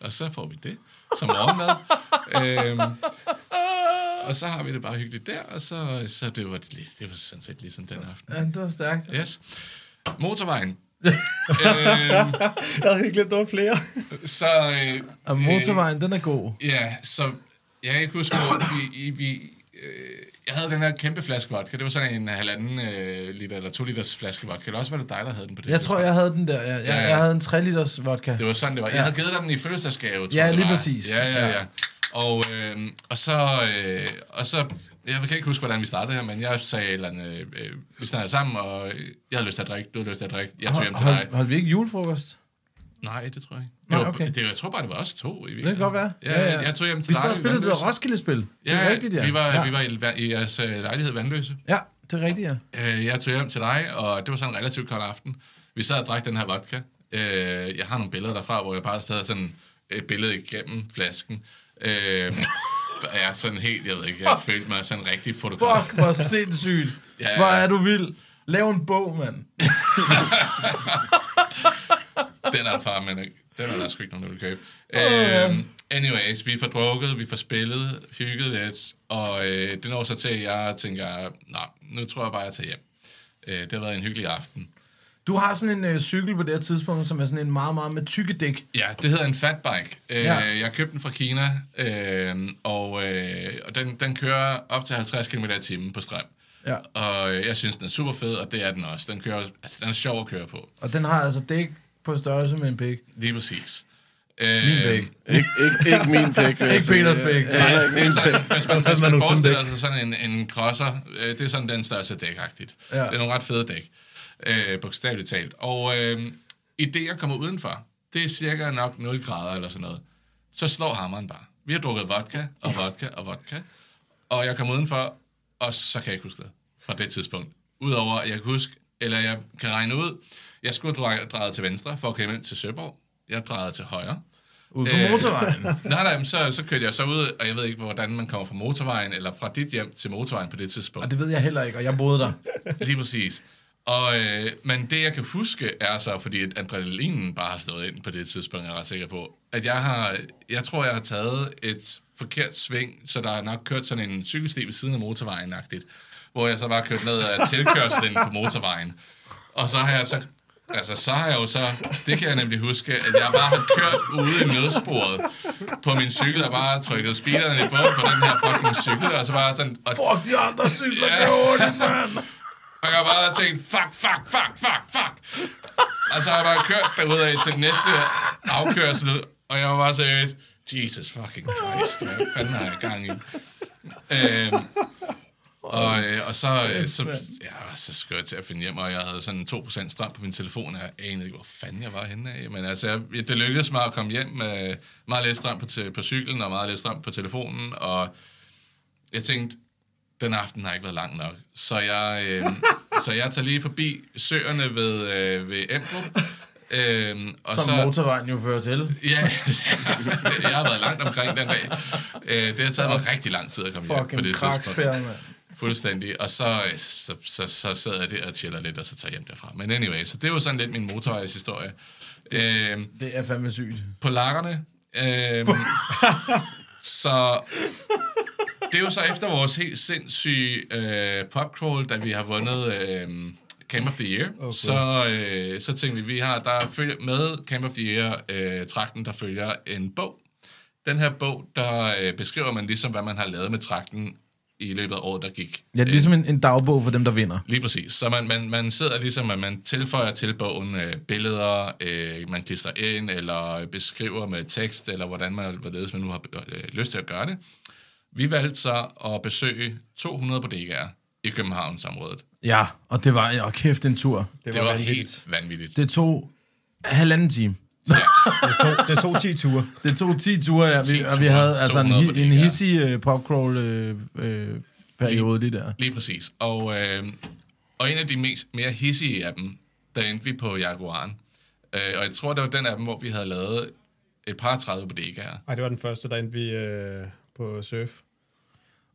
Og så får vi det som morgenmad. øhm, og så har vi det bare hyggeligt der, og så, så det, var, det, det var sådan set ligesom den aften.
Ja, det var stærkt.
Yes. Motorvejen.
Jeg havde helt glemt, der var flere.
Så, øh,
Og motorvejen, den er god.
Ja, så jeg kan ikke huske, hvor vi, i- vi, øh, jeg havde den her kæmpe flaske vodka. Det var sådan en halvanden øh, liter eller to liters flaske vodka. Eller også var det dig, der havde den på det
Jeg tror,
tidspunkt.
jeg havde den der. Jeg, jeg,
ja.
jeg havde en 3 liters vodka.
Det var sådan, det var. Jeg havde givet dig den i fødselsdagsgave, tror
Ja,
jeg, det
lige
var.
præcis.
Ja,
Ja.
ja, ja. Og, øh, og så... Øh, og så jeg kan ikke huske, hvordan vi startede her, men jeg sagde, et eller andet, øh, øh, vi snakkede sammen, og øh, jeg havde lyst til at drikke, du havde lyst til at drikke, jeg tog hjem til dig.
Hold, holdt vi ikke julefrokost?
Nej, det tror jeg ikke. Det
Nej,
var,
okay.
det, jeg tror bare, det var os to. I
Det kan godt være.
Ja, ja, Jeg tog hjem til
Vi
dig.
så og
i
spillede det
Vandløse.
der Roskilde-spil. Det
Ja,
er rigtigt, ja.
Vi var,
ja.
Vi var i, va- i jeres øh, lejlighed Vandløse.
ja, det er rigtigt, ja.
Øh, jeg tog hjem til dig, og det var sådan en relativt kold aften. Vi sad og drak den her vodka. Øh, jeg har nogle billeder derfra, hvor jeg bare stadig har sådan et billede igennem flasken. Øh, jeg er sådan helt, jeg ved ikke, jeg følte mig sådan rigtig fotograf.
Fuck, hvor sindssygt.
Ja, ja.
Hvor er du vild. Lav en bog, mand.
Den er der far, men ikke- den er der sgu ikke nogen, der vil købe. Øh, anyways, vi får drukket, vi får spillet, hygget lidt, og øh, det når så til, at jeg tænker, nej, nu tror jeg bare, jeg tager hjem. Øh, det har været en hyggelig aften.
Du har sådan en øh, cykel på det her tidspunkt, som er sådan en meget, meget med tykke dæk.
Ja, det hedder en fatbike. Øh,
Ja.
Jeg købte den fra Kina, øh, og, øh, og den, den kører op til 50 km i timen på strøm.
Ja.
Og øh, jeg synes, den er super fed, og det er den også. Den, kører, altså, den er sjov at køre på.
Og den har altså dæk på størrelse med en pik.
Lige præcis. Øh,
Min dæk.
Ikke, ikke, ikke min pæk, vil jeg
Ikke
sige.
Peters pæk.
Nej, det er sådan, hvis man, hvis
fandme
man
nogle
forestiller
tynde
sig sådan en, en crosser, øh, det er sådan den største dækagtigt.
Ja.
Ja. Det er nogle ret fede dæk, øh, bogstaveligt talt. Og øh, i det, jeg kommer udenfor, det er cirka nok 0 grader eller sådan noget, så slår hammeren bare. Vi har drukket vodka og vodka og vodka, og jeg kommer udenfor, og så kan jeg ikke huske det fra det tidspunkt. Udover at jeg kan huske, eller jeg kan regne ud, jeg skulle dreje drejet til venstre for at komme ind til Søborg. Jeg drejede til højre.
Ude på
Øh.
motorvejen.
Nej, nej, men så, så kørte jeg så ud, og jeg ved ikke, hvordan man kommer fra motorvejen, eller fra dit hjem til motorvejen på det
Og
tidspunkt.
det ved jeg heller ikke, og jeg boede der.
Lige præcis. Og, øh, men det, jeg kan huske, er så, fordi at adrenalinen bare har stået ind på det tidspunkt, jeg er ret sikker på, at jeg har, jeg tror, jeg har taget et forkert sving, så der er nok kørt sådan en cykelsti ved siden af motorvejen, hvor jeg så bare kørt ned ad tilkørslen på motorvejen. Og så har jeg så Altså, så har jeg jo så, det kan jeg nemlig huske, at jeg bare har kørt ude i nødsporet på min cykel, og bare trykket speederen i bunden på den her fucking cykel, og så bare sådan, og
Fuck, de andre cykler, det er hurtigt, mand.
og jeg har bare tænkt, fuck, fuck, fuck, fuck, fuck. Og så har jeg bare kørt derudad til den næste afkørsel, og jeg var bare seriøst, Jesus fucking Christ, hvad fanden har jeg gang i? Øhm, Og, øh, og så, øh, så, ja, så skulle jeg til at finde hjem, og jeg havde sådan 2% strøm på min telefon, og jeg anede ikke, hvor fanden jeg var henne af. Men altså, jeg, det lykkedes mig at komme hjem med meget lidt strøm på, te- på cyklen, og meget lidt strøm på telefonen, og jeg tænkte, den aften har ikke været lang nok. Så jeg, øh, så jeg tager lige forbi søerne ved, øh, ved Emdrup, øh, og
Som
så,
motorvejen jo fører til.
Ja, jeg har været langt omkring den dag. Øh, Det har taget mig rigtig lang tid at komme hjem på
Fucking
det
krakspære,
tidspunkt.
mand.
Fuldstændig. Og så, så, så, så sidder jeg der og chiller lidt, og så tager jeg hjem derfra. Men anyway, så det er jo sådan lidt min motorvejshistorie. Øh,
Det er fandme sygt.
polakkerne. Øh, så det er jo så efter vores helt sindssyge øh, popcrawl, da vi har vundet øh, Camp of the Year, okay. så, øh, så tænkte vi, vi har der følger, med Camp of the Year-trakten, der følger en bog. Den her bog, der øh, beskriver man ligesom, hvad man har lavet med trakten i løbet af året, der gik.
Ja, det er ligesom en, en dagbog for dem, der vinder.
Lige præcis. Så man, man, man sidder ligesom, at man tilføjer til bogen øh, billeder, øh, man klister ind, eller beskriver med tekst, eller hvordan man, hvorledes man nu har øh, lyst til at gøre det. Vi valgte så at besøge 200 bodegaer i Københavnsområdet.
Ja, og det var og kæft en tur.
Det var, det var helt vanvittigt.
Det tog halvanden time.
Det tog, det tog 10 ture.
Det tog 10 ture, ja, vi,
10
og vi
ture,
havde altså en,
200
hi- en
bodegaer.
hissig øh, popcrawl-periode, øh, periode, lige der.
Lige præcis. Og, øh, og en af de mest, mere hissige af dem, der endte vi på Jaguaren. Øh, og jeg tror, det var den af dem, hvor vi havde lavet et par 30 bodegaer.
Nej, det var den første, der endte vi øh, på surf.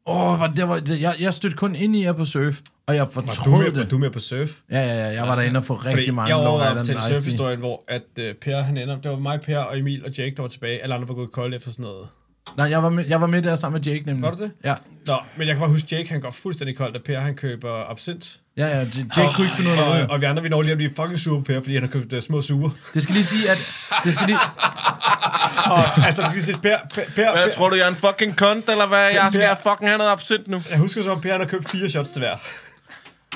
Åh, oh, der var, jeg, jeg stødte kun ind i jer på surf, og jeg
Var du,
fortrød
med, var
det.
du med på surf?
Ja, ja, ja, jeg var derinde og få rigtig mange
jeg
lov af
overvejede at
den
fortælle
rejse.
surfhistorien, hvor at øh, Per, han ender, det var mig, Per og Emil og Jake, der var tilbage. Alle andre var gået kolde efter sådan noget.
Nej, jeg var, med, jeg var med der sammen med Jake nemlig.
Var du det?
Ja,
Nå, men jeg kan bare huske, Jake han går fuldstændig koldt, da Per han køber absint.
ja, ja J- Jake oh, kunne ikke finde ud af noget.
Og, og vi andre, vi når lige at blive fucking sure på Per, fordi han har købt uh, små suger.
Det skal lige sige, at... Det skal lige,
Og altså, det skal sige, per, per, per,
Hvad,
per,
tror du, jeg er en fucking kont, eller hvad? Jeg skal
Per-
fucking have noget absint nu.
jeg husker så, at Per han har købt fire shots til hver.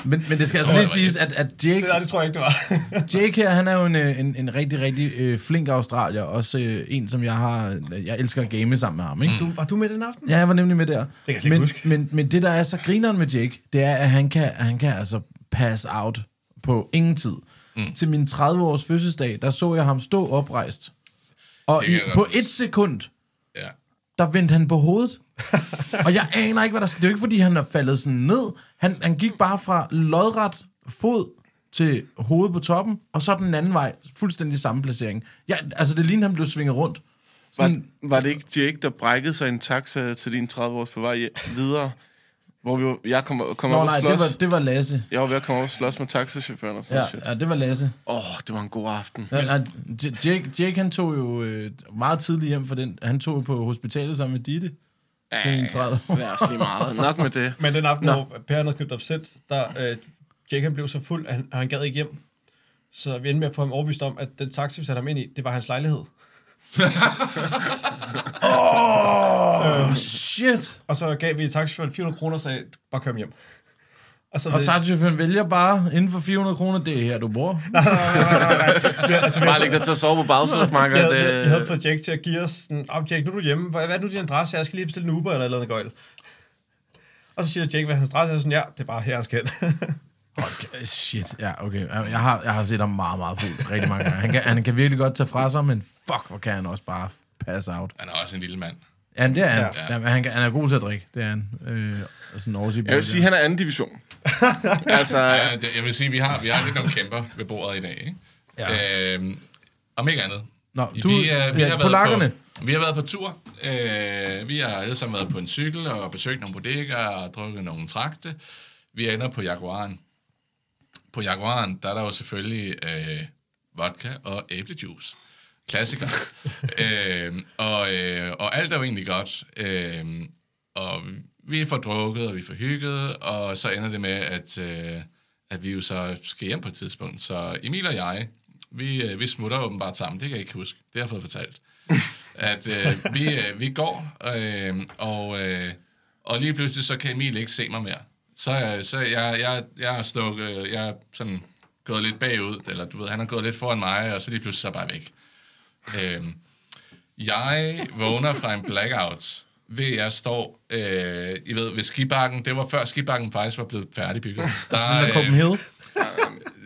men, men det skal altså lige siges, at, at Jake,
Det, nej, det tror jeg ikke, det var.
Jake her, han er jo en, øh, en, en rigtig, rigtig øh, flink australier. Også øh, en, som jeg har... Jeg elsker at game sammen med ham, ikke?
Du, var du med den aften?
Ja, jeg var nemlig med der. Det
jeg slet ikke
men,
huske.
Men, men det, der er så grineren med Jake, det er, at han kan, han kan altså pass out på ingen tid. Mm. Til min 30-års fødselsdag, der så jeg ham stå oprejst. Og
Det kan
i,
jeg godt
på
huske.
et sekund,
Ja.
der vendte han på hovedet. og jeg aner ikke, hvad der skete. Det er jo ikke, fordi han er faldet sådan ned. Han, han gik bare fra lodret fod til hovedet på toppen, og så den anden vej. Fuldstændig samme placering. Jeg, altså, det lignede, han blev svinget rundt.
Var, var det ikke Jake, der brækkede sig i en taxa til din 30 års på vej hjem- videre? Hvor vi, var- jeg kom, kom
Nå,
op
nej,
og
det
slås.
var, det var Lasse.
Jeg var ved at komme op og slås med taxachaufføren og sådan
Ja,
noget shit.
ja, det var Lasse.
Åh, oh, det var en god aften.
Ja, nej, J- Jake, Jake, han tog jo øh, meget tidligt hjem for den. Han tog jo på hospitalet sammen med Ditte til en 30 år.
Lad os lige meget. Nok med det.
Men den aften, hvor Per han havde købt absint, der øh, Jake han blev så fuld, at han, at han gad ikke hjem. Så vi endte med at få ham overbevist om, at den taxi, vi satte ham ind i, det var hans lejlighed.
Oh, shit!
øh, Og så gav vi taxichaufføren 400 kroner og sagde, bare kør ham hjem. Og så
Og taxichaufføren vælger bare inden for 400 kroner, det er her, du bor.
Bare læg dig til at sove på bagsædet, Marker.
Jeg havde, jeg,
øh,
jeg havde
Det,
fået Jake til at give os sådan, oh, Jake, nu er du hjemme, hvad, hvad er nu din adresse? Jeg skal lige bestille en Uber eller et eller andet gøjl. Og så siger Jake, hvad hans adresse er, og sådan, ja, det er bare her, han skal hen.
Øhm, Okay, shit, ja, okay. Jeg har, jeg har set ham meget, meget fuld rigtig mange gange. Han kan, han kan virkelig godt tage fra sig, men fuck, hvor kan han også bare pass out.
Han er også en lille mand.
Ja, det er han. Ja. Jamen, han, kan, han er god til at drikke, det er han. Øh, og sådan en
jeg vil sige, han er anden division. altså,
Ja, det, jeg vil sige, vi har, vi har lidt nogle kæmper ved bordet i dag, ikke? Ja. Øhm, om ikke andet.
Nå,
Vi,
du-
øh,
ja, polakkerne.
på, vi har været på tur. Øh, vi har alle sammen været på en cykel og besøgt nogle bodegaer og drukket nogle trakte. Vi ender på Jaguaren. På Jaguaren, der er der jo selvfølgelig øh, vodka og æblejuice. Klassiker. øh, og, øh, og alt er jo egentlig godt. Øh, og vi får drukket, og vi får hygget, og så ender det med, at, øh, at vi jo så skal hjem på et tidspunkt. Så Emil og jeg, vi, øh, vi smutter åbenbart sammen. Det kan jeg ikke huske. Det har jeg fået fortalt. at øh, vi, øh, vi går, øh, og, øh, og lige pludselig så kan Emil ikke se mig mere. Så, øh, så jeg, jeg, jeg, er stukket, øh, jeg er sådan gået lidt bagud, eller du ved, han har gået lidt foran mig, og så lige Øhm, pludselig så er jeg bare væk. Øh, jeg vågner fra en blackout ved at jeg står, øh, I ved, ved skibakken. Det var før skibakken faktisk var blevet færdigbygget. Der,
Altså, Den der Copenhagen.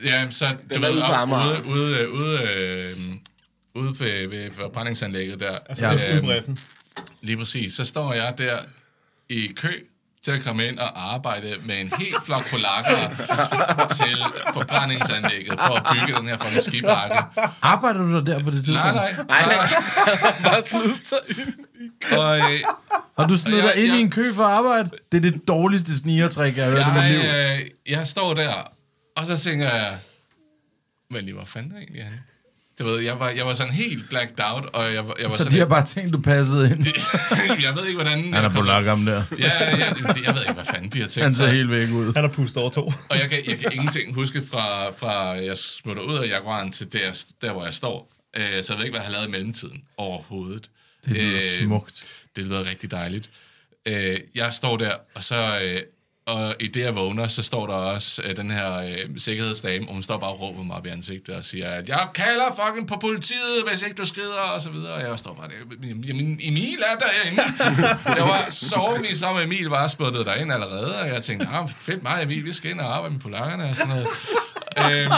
Ja, så du
var
ved,
ude på
op,
Amager.
ude, ude, øh, ude, øh, ude ved, ved forbrændingsanlægget der. Altså,
Ja. Ubreffen.
Lige præcis. Så står jeg der i kø til at komme ind og arbejde med en helt flok polakker til forbrændingsanlægget for at bygge den her fucking skibakke.
Arbejder du der på det
Nej,
tidspunkt?
nej. nej.
Bare slide sig ind.
Og øh,
Har du snedet dig
Jeg-
ind i
jeg-
en kø for arbejde? Det er det dårligste snigertræk, jeg har hørt om mit liv.
jeg, øh, jeg står der, og så tænker jeg, men lige, hvor fanden er egentlig han? Du ved, jeg var, jeg var sådan helt blacked out, og jeg, var- jeg var
Så
sådan...
de har bare tænkt, du passede ind.
jeg ved ikke, hvordan...
Han
jeg
er
kom-
polakker, ham der.
Ja, ja, ja, det- jeg ved ikke, hvad fanden de har tænkt
Han ser
sig.
helt væk ud.
Han har pustet over to.
Og jeg kan, jeg kan ingenting huske fra, fra jeg smutter ud af Jaguaren til der, der hvor jeg står. Øh, så jeg ved ikke, hvad jeg har lavet i mellemtiden overhovedet. Øh,
Det lyder smukt.
Det lyder rigtig dejligt. Øh, jeg står der, og så... Øh, og i det, jeg vågner, så står der også øh, den her øh, sikkerhedsdame, og hun står bare og råber mig op i ansigtet og siger, at jeg kalder fucking på politiet, hvis ikke du skrider, og så videre. Og jeg står bare der, jamen Emil er derinde. jeg var sovende sammen med Emil, var spurtet derind allerede, og jeg tænkte, ah, fedt mig Emil, vi skal ind og arbejde med polakkerne og sådan noget. øh,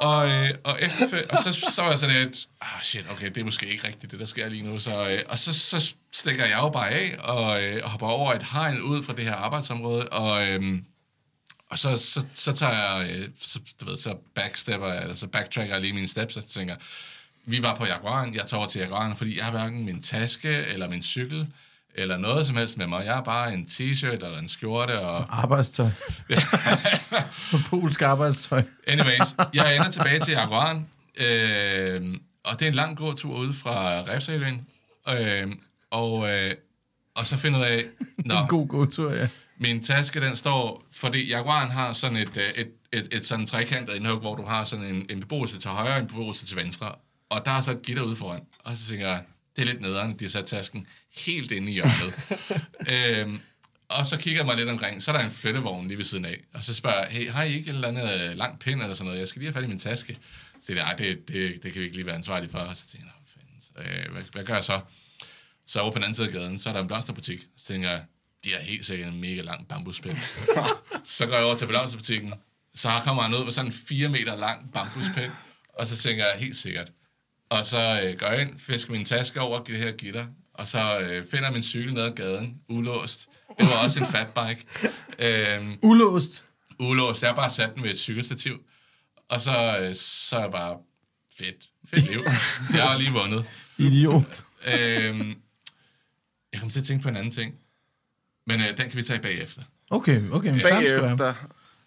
og, øh, og, efterfø- og så, så var jeg sådan lidt, ah shit, okay, det er måske ikke rigtigt, det der sker lige nu. Så, øh, og så, så stikker jeg jo bare af og, øh, og hopper over et hegn ud fra det her arbejdsområde, og, øh, og så, så, så tager jeg, øh, så, du ved, så backstepper, jeg, eller så backtracker jeg lige mine steps, og så tænker jeg, vi var på Jaguaren, jeg tager over til Jaguaren, fordi jeg har hverken min taske eller min cykel, eller noget som helst med mig. Jeg har bare en t-shirt eller en skjorte, og
Arbejdstøj. Polsk arbejdstøj.
Anyways, jeg ender tilbage til Jaguaren, øh, og det er en lang gåtur ude fra Refshaløen, øh, og, øh, og så finder jeg af,
En
nå,
god god tur, ja.
min taske den står, fordi Jaguaren har sådan et, øh, et, et, et sådan trekantet indhug, hvor du har sådan en, en beboelse til højre og en beboelse til venstre, og der er så et gitter ude foran, og så tænker jeg, det er lidt nederen, de har sat tasken helt inde i hjørnet. øhm, og så kigger jeg mig lidt omkring, så er der en flyttevogn lige ved siden af, og så spørger jeg, hey, har I ikke en eller anden øh, lang pind eller sådan noget, jeg skal lige have fat i min taske. Så siger de, nej, det, det, det kan vi ikke lige være ansvarlige for. Og så tænker jeg, "Nå, fanden, så, øh, hvad, hvad gør jeg så? Så over på den anden side af gaden, så er der en blomsterbutik. Så tænker jeg, de har helt sikkert en mega lang bambuspind. så går jeg over til blomsterbutikken, så kommer han ud med sådan en 4 meter lang bambuspind, og så tænker jeg, helt sikkert. Og så øh, går jeg ind, fisker min taske over det her gitter, og så øh, finder jeg min cykel ned ad gaden, ulåst. Det var også en fatbike. Øhm,
Ulåst.
ulåst. Jeg har bare sat den ved et cykelstativ. Og så, øh, så er jeg bare, fedt, fedt liv. Jeg har lige vundet.
Idiot.
Øhm, jeg kom til at tænke på en anden ting. Men øh, den kan vi tage bagefter.
Okay, okay. Men fair square.
Bagefter.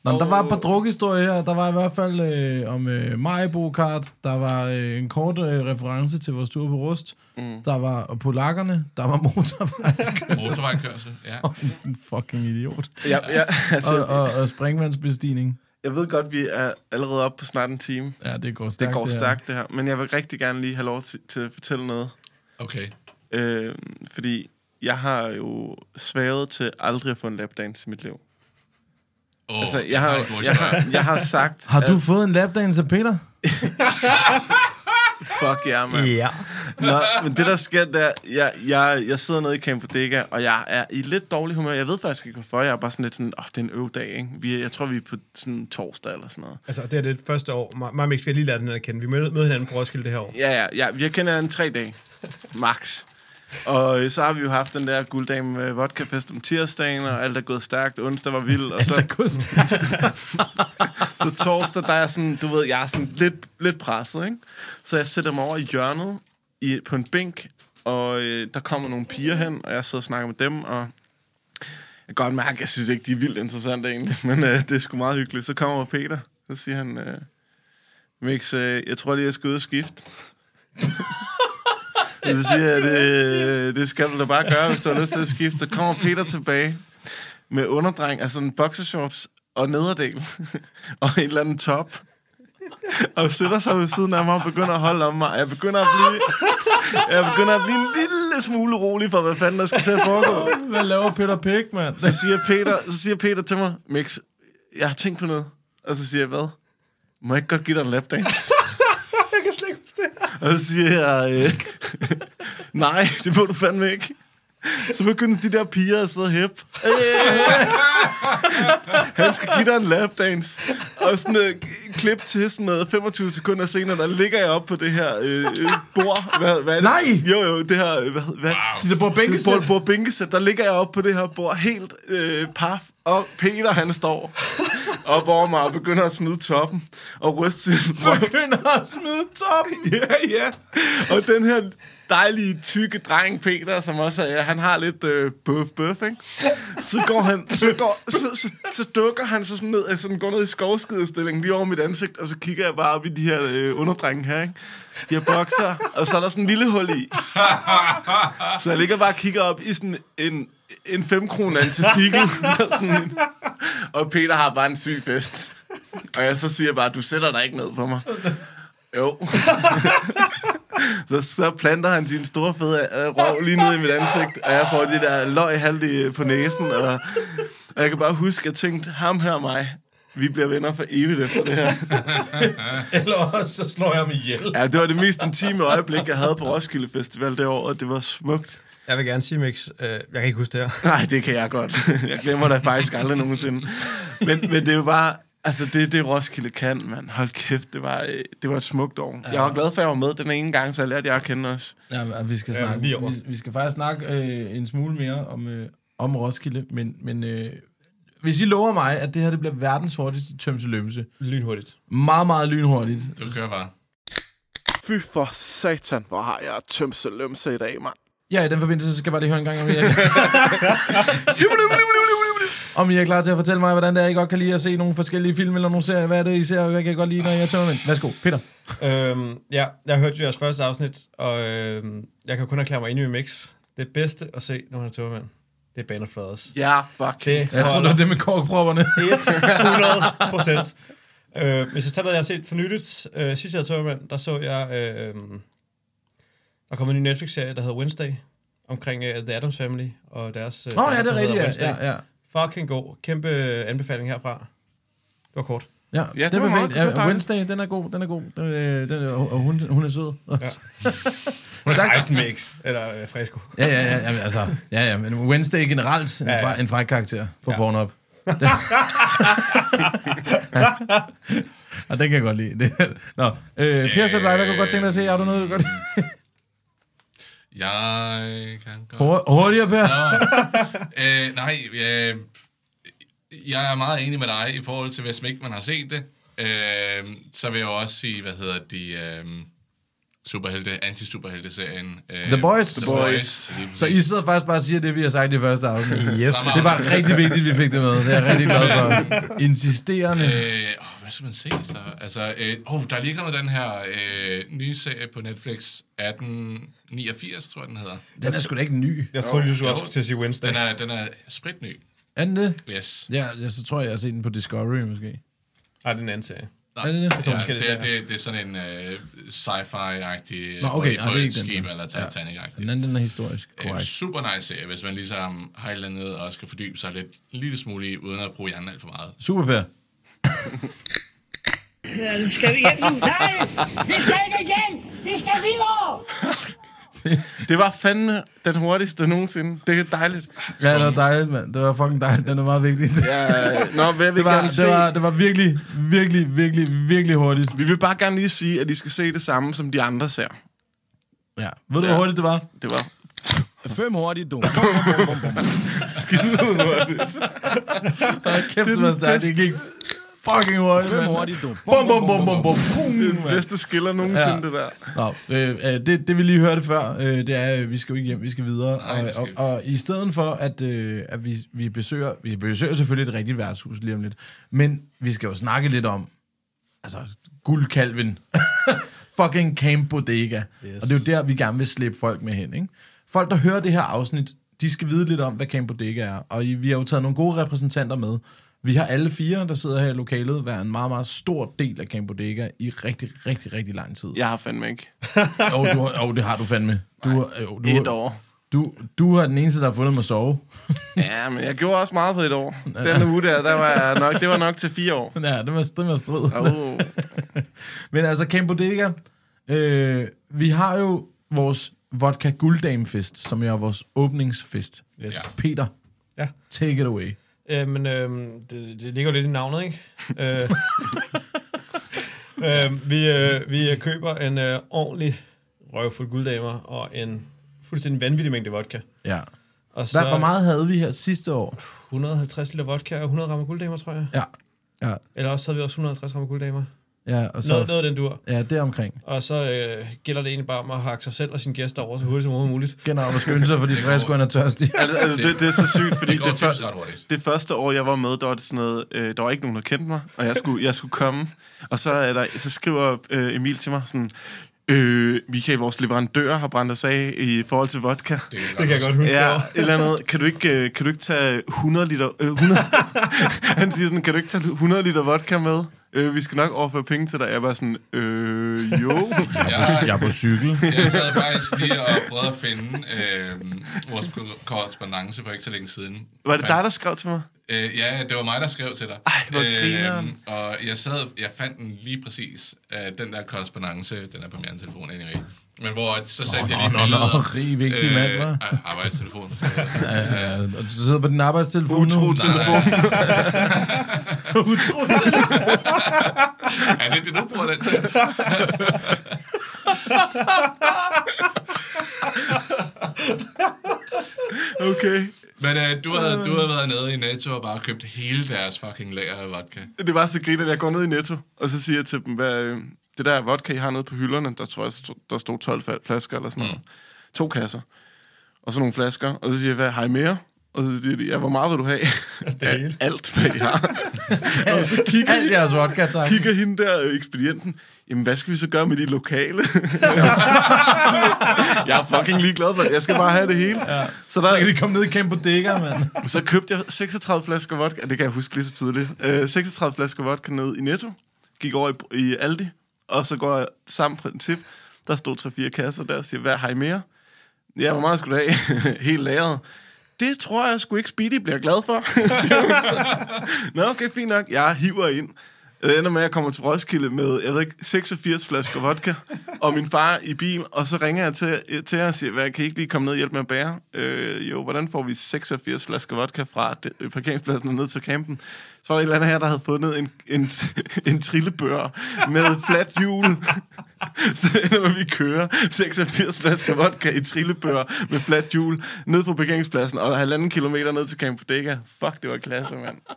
Nå, men der var et par drukhistorier her. Der var i hvert fald øh, om øh, Maribo Kart. Der var øh, en kort øh, reference til vores tur på Rust. Mm. Der var polakkerne. Der var motorvejskørsel.
Motorvejkørsel, ja.
en fucking idiot.
Ja, ja, altså,
Og, og, og springvandsbestigning.
jeg ved godt, vi er allerede oppe på snart en time.
Ja, det går stærkt.
Det går
her.
stærkt, det her. Men jeg vil rigtig gerne lige have lov til, til at fortælle noget.
Okay.
Øh, fordi jeg har jo sværet til aldrig at få en lapdance i mit liv.
Oh,
Altså, jeg har,
en god
jeg
historie.
har, jeg har sagt...
Har du fået en lapdance af Peter?
Fuck ja, mand.
Ja.
Nå, men det der sker, der, jeg, jeg, jeg sidder nede i Campodega, og jeg er i lidt dårlig humør. Jeg ved faktisk ikke, hvorfor. Jeg er bare sådan lidt sådan, åh, oh, det er en øvdag, ikke? Vi, er- jeg tror, vi er på sådan torsdag eller sådan noget.
Altså, det er det første år. Mig mig og Mix, vi har lige lært hinanden at kende. Vi mødte mødte hinanden på Roskilde det her år.
Ja, ja, ja. Vi har kendt hinanden tre dage. Max. Og øh, så har vi jo haft den der gulddame med vodkafest om tirsdagen, og alt er gået stærkt. Onsdag var vild, og så, så torsdag, der er sådan, du ved, jeg er sådan lidt, lidt presset, ikke? Så jeg sætter mig over i hjørnet i, på en bænk, og øh, der kommer nogle piger hen, og jeg sidder og snakker med dem, og jeg kan godt mærke, jeg synes ikke, de er vildt interessante egentlig, men øh, det er sgu meget hyggeligt. Så kommer Peter, så siger han, øh, Mix, øh, jeg tror lige, jeg skal ud og skifte. Og så siger jeg, det, det skal du da bare gøre, hvis du har lyst til at skifte. Så kommer Peter tilbage med underdreng, altså en boxershorts og nederdel, og en eller anden top, og sætter sig ved siden af mig og begynder at holde om mig. Og Jeg begynder at blive, jeg begynder at blive en lille smule rolig for, hvad fanden der skal til at foregå.
Hvad laver Peter Pig, mand?
Så siger Peter, så siger Peter til mig, Mix, jeg har tænkt på noget. Og så siger jeg, hvad? Må jeg ikke godt give dig en lapdance? jeg kan slet ikke huske det. Og så siger jeg, øh, nej, det må du fandme ikke. Så begyndte de der piger at sidde og hæppe. Han skal give dig en lapdance. Og sådan et klip til sådan noget 25 sekunder senere, der ligger jeg op på det her øh, øh, bord. Hvad, hvad er det?
Nej!
Jo, jo, det her... øh, Hvad, hvad, wow.
De der bor bænkesæt.
Bor, bor bænkesæt, der ligger jeg oppe på det her bord helt øh, paf, og Peter han står op over mig og begynder at smide toppen og ryste sin røv.
Begynder at smide toppen.
Ja, ja. Og den her dejlige, tykke dreng, Peter, som også er, han har lidt øh, bøf bøf, ikke? Så går han, så, går, så, så, så dukker han så sådan ned, altså sådan går ned i skovskidestillingen lige over mit ansigt, og så kigger jeg bare op i de her øh, underdrenge her, ikke? De her bokser, og så er der sådan en lille hul i. Så jeg ligger bare og kigger op i sådan en, en femkrone af en testikel. der er sådan en- og Peter har bare en syg fest. Og jeg så siger jeg bare, du sætter dig ikke ned på mig. Jo. så, så planter han sin store fede øh, røv lige ned i mit ansigt, og jeg får det der løg halvdige på næsen, og, og jeg kan bare huske, at jeg tænkte, ham her og mig, vi bliver venner for evigt efter det her.
Eller også, så slår jeg ham ihjel.
Ja, det var det mest intime øjeblik, jeg havde på Roskilde Festival det år, og det var smukt.
Jeg vil gerne sige, Mix, øh, jeg kan ikke huske det her.
Nej, det kan jeg godt. Jeg glemmer dig faktisk aldrig nogensinde. Men, men det er jo bare... Altså, det er det, Roskilde kan, mand. Hold kæft, det var, øh, det var et smukt år. Jeg var glad for, at jeg var med den ene gang, så jeg lærte jer at kende os.
Ja, men øh, vi skal
Ja,
snakke,
lige over.
vi, vi skal faktisk snakke øh, en smule mere om, øh, om Roskilde, men, men øh, hvis I lover mig, at det her det bliver verdens hurtigste tømse lømse,
Lynhurtigt.
meget, meget lynhurtigt,
Du kører bare.
Fy for satan, hvor har jeg tømse lømse i dag, mand.
Ja, i den forbindelse, så skal jeg bare lige høre en gang, om I er, om I er klar til at fortælle mig, hvordan det er, I godt kan lide at se nogle forskellige film eller nogle serier. Hvad er det, I ser, og hvad kan I godt lide, når I er tømmermænd? Værsgo, Peter.
øhm, ja, jeg hørte jo jeres første afsnit, og øhm, jeg kan kun erklære mig enig med Mix. Det bedste at se, når man er tømmermand, det er Band of Brothers.
Ja, fuck.
Det
Jeg tror, det var det med korkpropperne.
100 procent. øh, hvis jeg tager noget, jeg har set for nyligt, øh, sidst jeg havde tømmermand, der så jeg, øh, øhm, der kom en ny Netflix-serie, der hedder Wednesday, omkring øh, The Addams Family og deres... Øh,
Åh, oh,
datter,
ja, det
der
er
hedder
rigtigt,
Wednesday.
ja. ja, ja.
Fucking god. Kæmpe øh, anbefaling herfra. Det var kort.
Ja,
Ja,
ja det,
det var
var
meget-
fint.
det var
Ja,
dejligt.
Wednesday, den er god, den er god. Den, øh, den er, og og hun, hun er sød. Ja.
Hun er
Tak.
16 mix, eller øh, fresco.
Ja, ja, ja, jamen, altså, ja, ja, men Wednesday generelt en,
Ja, ja.
fra, en fræk karakter på ja.
Ja.
Pornhub. Og den kan jeg godt lide. Det- Nå, øh, Per, så er det dig, hvad kunne du godt tænke dig at se? Har du noget, du godt...
Jeg kan godt...
Hur- Hurtigere, Per.
Øh, nej, øh, jeg er meget enig med dig i forhold til, hvis man ikke man har set det. Øh, så vil jeg jo også sige, hvad hedder de... Øh, superhelte, anti-superhelte-serien. Øh,
The Boys.
The
The
Boys. Lige
Så I sidder faktisk bare og siger det, vi har sagt i første afsnit. Yes. Det var
Fremragende.
rigtig vigtigt, at vi fik det med. Det er jeg rigtig glad for. Insisterende.
Øh, åh, hvad skal man se så? Altså, øh, oh, der ligger med den her øh, nye serie på Netflix, 1889, tror jeg, den hedder.
Den er sgu da ikke ny.
Jeg troede, du skulle
jo.
også til at sige Wednesday.
Den er, den er spritny.
Er den det?
Yes.
Ja, ja, så tror jeg, jeg har set den på Discovery måske.
Nej, det er en anden serie.
Nej,
Er det det?
Ja,
forskellige
det, er,
serier.
det, det er sådan en øh, sci-fi-agtig
Nå,
Nå,
okay,
okay,
nej,
på
det er
et
ikke den
skib
så.
eller
Ja.
Titanic-agtig.
Den anden den er historisk,
Øh,
Ja.
korrekt.
Super nice serie, hvis man ligesom har et eller andet og skal fordybe sig lidt en lille smule i, uden at bruge hjernen alt for meget.
Super, Per.
Dann skal vi hjem nu. Nej, vi skal ikke hjem. Vi skal videre.
Det var fandme den hurtigste nogensinde. Det er dejligt.
Ja, det var dejligt, mand. Det var fucking dejligt. Den er meget vigtig.
Uh, nå, hvad vil
Det var,
gerne se?
det, var, det var virkelig, virkelig, virkelig, virkelig hurtigt.
Vi vil bare gerne lige sige, at I skal se det samme, som de andre ser.
Ja. Ved du, hvor hurtigt det var?
Det var
Fem hurtige dum.
skide hurtigt.
Hold kæft, det var stærkt. Det gik fucking hurtigt,
Fem
mand.
hurtige dum.
Bum, bum, bum, bum, bum. Pum,
Det er den
mand.
bedste skiller nogensinde,
Ja.
ja. det der.
Nå, øh, øh, det, det vi lige hørte før, øh, det er, øh, vi skal jo ikke hjem, vi skal videre.
Nej, det
og,
skal vi.
og, og i stedet for, at, øh, at vi, vi, besøger, vi besøger selvfølgelig et rigtigt værtshus lige om lidt, men vi skal jo snakke lidt om, altså, guldkalven. Fucking Camp Bodega. Yes. Og det er jo der, vi gerne vil slippe folk med hen, ikke? Folk, der hører det her afsnit, de skal vide lidt om, hvad Camp Bodega er. Og I, vi har jo taget nogle gode repræsentanter med. Vi har alle fire, der sidder her i lokalet, været en meget, meget stor del af Camp Bodega i rigtig, rigtig, rigtig lang tid.
Jeg har fandme ikke.
Jo, du, har- jo, det har du fandme. Du, har- jo, du,
Et
har-
år.
Du, du er den eneste, der har fundet mig at sove.
Ja, men jeg gjorde også meget på et år. Den uge der, der var jeg nok, det var nok til fire år.
Ja, det var, det var strid.
Oh.
Men altså, Camp Bodega, øh, vi har jo vores Vodka Gulddamefest, som er vores åbningsfest.
Yes.
Ja. Peter,
Ja.
take it away.
Øh, men øh, det, det ligger jo lidt i navnet, ikke? Øh, øh, vi, øh, vi køber en øh, ordentlig røvfuld gulddamer og en fuldstændig vanvittig mængde vodka.
Ja.
Og så
Hvad, hvor meget havde vi her sidste år?
150 liter vodka og 100 rammer gulddamer, tror jeg.
Ja, ja,
Eller også så havde vi også 150 rammer gulddamer.
ja, og så,
Noget, noget af den dur.
ja det er omkring.
Og så øh, gælder det egentlig bare om at hakke sig selv og sine gæster over så hurtigt som overhovedet muligt.
Gennem at skynde sig, fordi friskoen er tyrstig.
Altså, altså det, det, er så sygt, fordi
Det går
det,
typisk ret hurtigt.
det første år, jeg var med, der var det sådan noget, øh, der var ikke nogen, der kendte mig, og jeg skulle, jeg skulle komme. Og så, er der, så skriver øh, Emil til mig sådan, øh, Michael, vores leverandør, har brændt os af i forhold til vodka.
Det,
Det kan jeg godt huske.
Ja,
Ja.
et eller andet. Kan du ikke, øh, kan du ikke tage 100 liter... Øh, 100, han siger sådan, kan du ikke tage 100 liter vodka med? Øh, vi skal nok overføre penge til dig. Jeg var sådan, øh, jo.
Jeg,
Jeg er på cykel.
jeg sad faktisk lige og prøvede at finde øh, vores korrespondence for ikke så længe siden.
Var det dig, der skrev til mig?
Øh, ja, det var mig, der skrev til dig. Øhm,
Ej, hvor grineren.
Og jeg sad, jeg fandt den lige præcis, øh, den der korrespondence, den er på min anden telefon, anyway. Men hvor at så sendte jeg lige
nå, nå,
billeder.
nå, rig, vigtig mand, hva'?
ej, Arbejdstelefon.
Ja, Øh, og du sidder på din arbejdstelefon nu.
Utro telefon.
Utro telefon.
er det det, du bruger den til?
Okay.
Men øh, du, havde, du havde været nede i Netto og bare købt hele deres fucking lager af vodka.
Det var så griner, at jeg går ned i Netto, og så siger jeg til dem, hvad, øh, det der vodka, I har nede på hylderne, der tror jeg, stod- der stod 12 fa- flasker eller sådan noget. To kasser. Og så nogle flasker. Og så siger jeg, hvad har I mere? Og så siger de, ja, hvor meget vil du have?
hele.
Alt, hvad I har. og så kigger
Alt jeres vodka, tak.
kigger hende der, øh, ekspedienten, jamen hvad skal vi så gøre med de lokale? jeg er fucking ligeglad for det. Jeg skal bare have det hele. Ja. Så, der,
Så
så,
kan de komme ned i kæmpe dækker, mand.
så købte jeg 36 flasker vodka, det kan jeg huske lige så tydeligt, øh, 36 flasker vodka ned i Netto, gik over i, i Aldi, og så går jeg sammen på en tip. Der stod 3-4 kasser der og siger, hvad har I mere? Ja, hvor meget skulle du have? Helt lagret. Det tror jeg sgu ikke Speedy bliver glad for. siger hun så. Nå, okay, fint nok. Jeg hiver ind. Det ender med, at jeg kommer til Roskilde med, jeg ved ikke, 86 flasker vodka, og min far i bil, og så ringer jeg til, til jer og siger, hvad, kan I ikke lige komme ned og hjælpe med at bære? Øh, jo, hvordan får vi 86 flasker vodka fra det- øh, parkeringspladsen og ned til campen? Så var der et eller andet her, der havde fundet en, en, en trillebør med fladt hjul. Så ender med, at vi kører 86 flasker vodka i trillebør med fladt hjul ned på parkeringspladsen og halvanden kilometer ned til Camp Bodega. Fuck, det var klasse, mand.
Det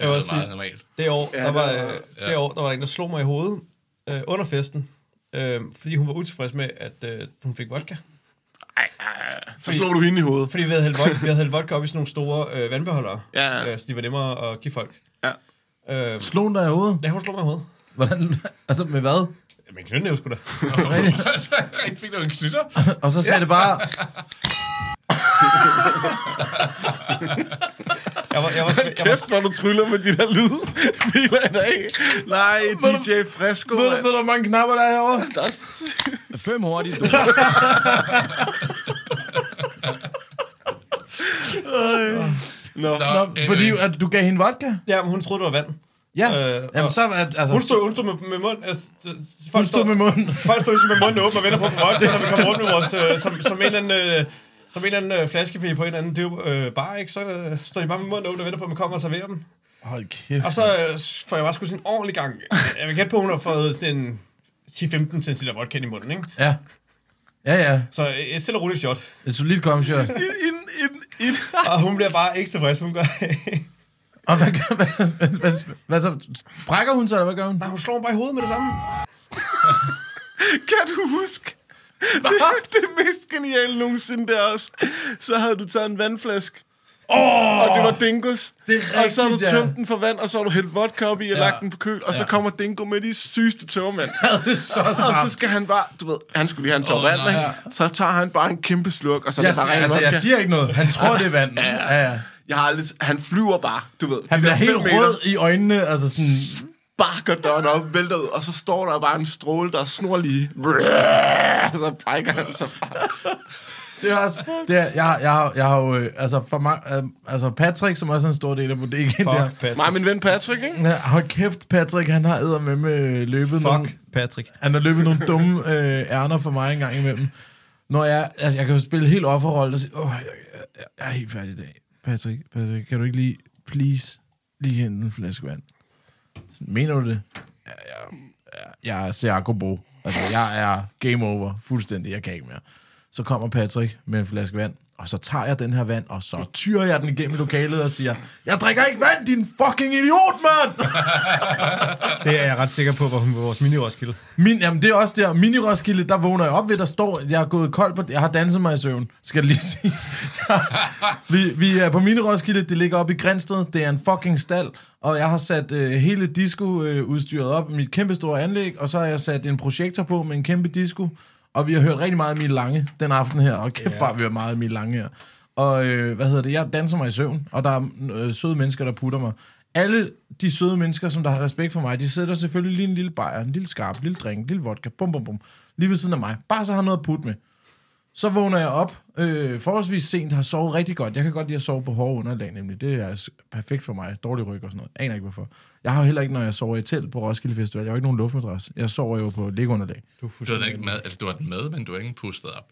vil
var
også sige-
meget normalt.
Det år, ja, der var, det var, ja. det år, der var der en, der slog mig i hovedet øh, under festen, øh, fordi hun var utilfreds med, at øh, hun fik vodka.
Så slog du hende i hovedet.
Fordi vi havde hældt vodka, vi havde hældt vodka op i sådan nogle store øh, vandbeholdere,
Ja.
Øh, så de var nemmere at give folk.
Ja.
Øh,
Slå den dig i hovedet.
ja, hun slog mig i hovedet.
Hvordan? Altså, med hvad?
Jamen, knytnæve skulle da.
Rent fik du en knytter.
Og så sagde det bare...
Jeg var, jeg var, jeg var,
Kæft, hvor du tryller med de der lyd. Det biler jeg da ikke. Nej, DJ Fresco.
Ved du, ved
mand.
du, hvor mange knapper der er herovre?
Der er s-
Fem hurtige dum.
Nå.
Nå,
anyway.
fordi at du gav hende vodka?
ja, men hun troede, det var vand.
Ja.
Øh,
Jamen,
og-
så... At, altså,
Hun stod, hun stod med, med mund... Altså, folk
hun stod med munden.
Folk stod ligesom med munden åben og venter på at få vodka, når vi kom rundt med vores... Øh, som, som en eller anden... Øh, som en eller anden øh, flaskepibe på en eller anden det er jo, øh, bar, ikke? Så øh, står de bare med munden åben og venter på, at man kommer og serverer dem.
Hold kæft.
Og så øh, får jeg bare sgu sådan en ordentlig gang. Øh, Jeg vil gætte på, at hun har fået sådan en 10-15 cm vodka ind i munden, ikke?
Ja. Ja, ja.
Så øh, et stille og roligt shot.
Et solidt komshot.
En, en, en, en.
Og hun bliver bare ikke tilfreds, hun gør.
Og hvad, gør- hvad, hvad, hvad, hvad, så? Brækker hun sig, eller hvad gør hun?
Nej, Ah, hun slår mig bare i hovedet med det samme.
Kan du huske? Det, det mest geniale nogensinde der også. Så havde du taget en vandflaske. Oh, og det var dingus.
Det er
og så har du
rigtigt, ja.
tømt den for vand, og så har du hældt vodka op i
Ja.
og lagt den på køl, og så
Ja.
kommer dingo med de sygeste tørmænd.
Det er så
Og så
stramt.
skal han bare, du ved, han skulle lige have en tår
Åh,
oh, vand,
nej.
ikke? Så tager han bare en kæmpe slurk, og så er
Jeg,
det bare
siger-
ren
altså, jeg
vodka.
siger ikke noget. Han tror, det er vand. Ja, ja.
Jeg har aldrig... Han flyver bare, du ved.
Han
de
bliver
der
helt
fem meter,
rød i øjnene, altså sådan...
Sparker døren op, vælter ud, og så står der bare en stråle, der er snorlige. Så brækker han sig bare.
Det er også... Det er, jeg, har- jeg, har, jeg har jo... øh, Altså, for mig, øh, altså Patrick, som også er en stor del af bodegaen der...
Fuck, Patrick.
Mig og min ven Patrick, ikke?
Ja, hold kæft, Patrick, han har æder med med løbet nogle,
Fuck, Patrick.
Han har løbet nogle dumme øh, ærner for mig en gang imellem. når jeg, altså jeg kan jo spille helt offerrolle og sige, åh, jeg, jeg, jeg, jeg er helt færdig i dag. Patrick, Patrick, kan du ikke lige, please, lige hente en flaske vand? Sådan, mener du det? Jeg, jeg, jeg er Serco Bo. Altså, jeg er game over fuldstændig, jeg kan ikke mere. Så kommer Patrick med en flaske vand, og så tager jeg den her vand, og så tyrer jeg den igennem lokalet og siger, jeg drikker ikke vand, din fucking idiot, mand!
Det er jeg ret sikker på, hvor hun var vores mini-Roskilde.
Min, jamen, det er også der. Mini Roskilde, der vågner jeg op ved, der står, jeg er gået kold på, jeg har danset mig i søvn, skal det lige siges. vi, vi er på Mini Roskilde, det ligger oppe i Grænsted, det er en fucking stald, og jeg har sat øh, hele disco-udstyret op, mit kæmpe store anlæg, og så har jeg sat en projektor på med en kæmpe disco, og vi har hørt rigtig meget af Emil Lange den aften her, og kæft, yeah. vi har meget af Emil Lange her. Og øh, hvad hedder det, jeg danser mig i søvn, og der er øh, søde mennesker, der putter mig. Alle de søde mennesker, som der har respekt for mig, de sidder selvfølgelig lige en lille bajer, en lille skarp, en lille drink, en lille vodka, bum bum bum, lige ved siden af mig. Bare så har noget at putte med. Så vågner jeg op, øh, forholdsvis sent, har sovet rigtig godt. Jeg kan godt lide at sove på hårde underlag, nemlig. Det er s- perfekt for mig. Dårlig ryg og sådan noget. Aner ikke hvorfor. Jeg har jo heller ikke, når jeg sover i telt på Roskilde Festival. Jeg har jo ikke nogen luftmadras. Jeg sover jo på liggeunderlag.
Du havde, da ikke med, altså, du var den med, men du har ikke pustet op.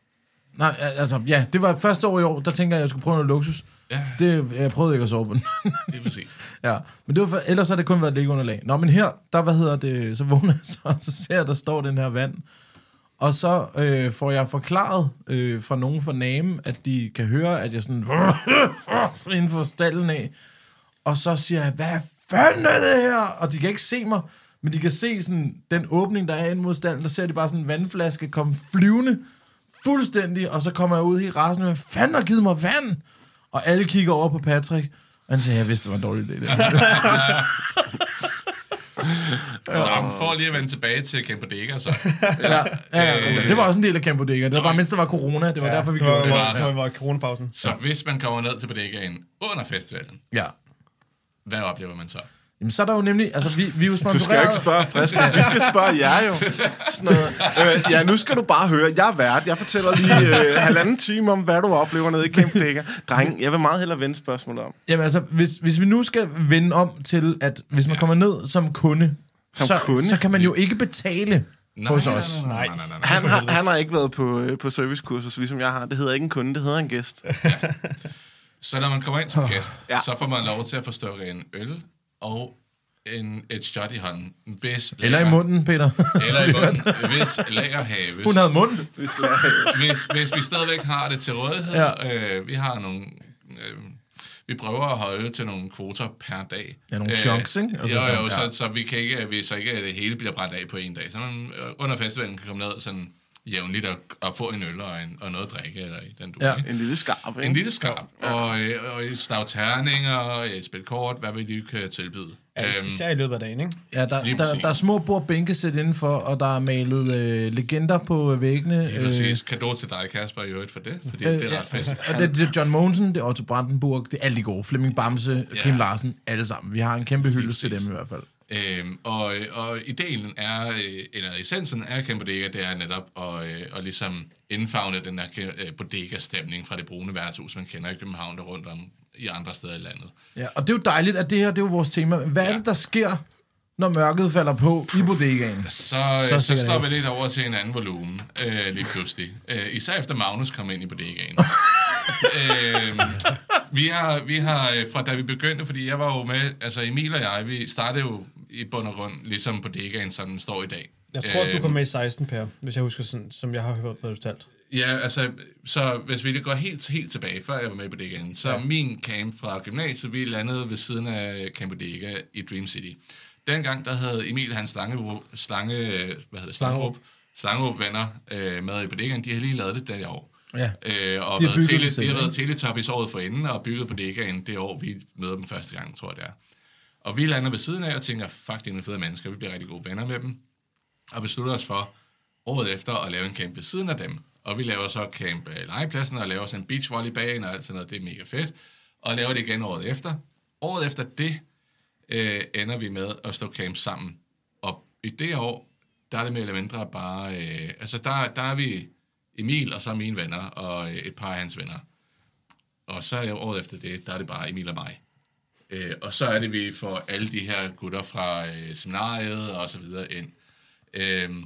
Nej, al- altså, ja, det var første år i år, der tænker jeg, at jeg skulle prøve noget luksus.
Ja.
Det, jeg prøvede ikke at sove på den.
Det er præcis.
ja, men det var, for- ellers har det kun været liggeunderlag. Nå, men her, der, hvad hedder det, så vågner jeg så, og så ser jeg, der står den her vand. Og så øh, får jeg forklaret øh, fra nogen fra NAM, at de kan høre, at jeg sådan... inden for stallen af. Og så siger jeg, hvad fanden er det her? Og de kan ikke se mig, men de kan se sådan, den åbning, der er ind mod stallen. Der ser de bare sådan en vandflaske komme flyvende fuldstændig, og så kommer jeg ud helt rasende, hvad fanden har givet mig vand? Og alle kigger over på Patrick, og han siger, jeg vidste, det var en dårlig idé. Det her."
Nå, men for lige at vende tilbage til Camp Bodega, så.
ja, ja, ja, det var også en del af Camp Bodega. Det var bare, mens der var corona. Det var ja, derfor, vi
Det var,
gjorde
det
det.
var, det var coronapausen.
Så hvis man kommer ned til Bodegaen under festivalen,
Ja.
hvad oplever man så?
Jamen, så er der jo nemlig... Altså, vi, vi er jo
Du skal jo
sponsoreret...
ikke spørge frisk. Vi skal spørge jer jo. Sådan noget. Øh, ja, nu skal du bare høre. Jeg er vært. Jeg fortæller lige øh, halvanden time om, hvad du oplever nede i Camp Digger. Dreng, jeg vil meget hellere vende spørgsmålet om.
Jamen altså, hvis, hvis vi nu skal vende om til, at hvis man kommer ned som kunde,
Som
så,
kunde?
så kan man jo ikke betale
Nej,
hos
nej,
os.
Nej, nej, nej, nej, nej.
Han har, han har ikke været på, øh, på servicekursus, ligesom jeg har. Det hedder ikke en kunde, det hedder en gæst.
Så når man kommer ind som gæst,
Ja.
så får man lov til at få stukket en øl og en, et shot i hånden. Hvis
Eller i
lager-
munden, Peter.
Eller i munden, hvis lagerhaves.
Hun havde mund.
Hvis jeg-
hvis, hvis vi stadigvæk har det til rådighed,
Ja.
ja. øh, vi har nogle... Øh, vi prøver at holde til nogle kvoter per dag.
Ja, nogle chunks, ikke?
Altså,
Altså
jo, jo,
sådan, ja.
så, så vi kan ikke, vi, så ikke at det hele bliver brændt af på en dag. Så man øh, under festivalen kan komme ned sådan jævnligt og, og få en øl og, en, og noget at drikke, eller i den du
Ja.
en lille skarp,
En
ikke?
lille skarp, og, øh, og et stav terninger, og et spil kort, hvad vi lige kan tilbyde.
Ja,
Øhm,
især i løbet af dagen, ikke?
Ja, der,
Lige
der,
præcis.
der er små bord bænkesæt indenfor, og der er malet øh, legender på øh, væggene.
det er præcis. Kado til dig, Kasper, i øvrigt for det, fordi det er ret fedt.
Og det, det er John Mogensen, det er Otto Brandenburg, det er alle de gode. Flemming Bamse, ja. Kim Larsen, alle sammen. Vi har en kæmpe hyldest til dem
præcis.
i hvert fald.
Øhm, og, og ideen er, øh, eller essensen af Camp Bodega, det er netop at, øh, at ligesom indfavne den der øh, bodega-stemning fra det brune værtshus, man kender i København og rundt om i andre steder i landet.
Ja, og det er jo dejligt, at det her det er jo vores tema. Hvad ja. er det, der sker, når mørket falder på i bodegaen?
Så, øh,
Så
så,
stikker
så
det
står
af.
vi lidt over til en anden volumen øh, lige pludselig. Øh, især efter Magnus kom ind i bodegaen. øh, vi har, vi har øh, fra da vi begyndte, fordi jeg var jo med, altså Emil og jeg, vi startede jo i bund og grund, ligesom bodegaen, som den står i dag.
Jeg tror, at du
Øhm,
kom med i 16, Per, hvis jeg husker, sådan, som jeg har hørt, hvad du fortalte.
Ja, altså, så hvis vi lige går helt, helt tilbage, før jeg var med på det igen, så ja. min camp fra gymnasiet, vi landede ved siden af Camp Bodega i Dream City. Dengang, der havde Emil hans slange, slange, hvad hedder Slangerup, Slangerup venner øh, med i bodegaen, de har lige lavet det der i år.
Ja.
Øh, og
De
de
har
har,
bygget det
været tele,
selv,
de har
ikke?
været Teletubbies året for enden, og bygget bodegaen det år, vi møder dem første gang, tror jeg det er. Og vi lander ved siden af og tænker, fuck, det er nogle fede mennesker, vi bliver rigtig gode venner med dem og beslutter os for året efter at lave en camp ved siden af dem. Og vi laver så camp øh, legepladsen og laver sådan en beachvolleybane og alt sådan noget. Det er mega fedt. Og laver det igen året efter. Året efter det øh, ender vi med at stå camp sammen. Og i det år, der er det mere eller mindre bare... Øh, altså der, der er vi Emil og så mine venner og øh, et par af hans venner. Og så øh, året efter det, der er det bare Emil og mig. Øh, og så er det, vi får alle de her gutter fra øh, seminariet og så videre ind. Øhm,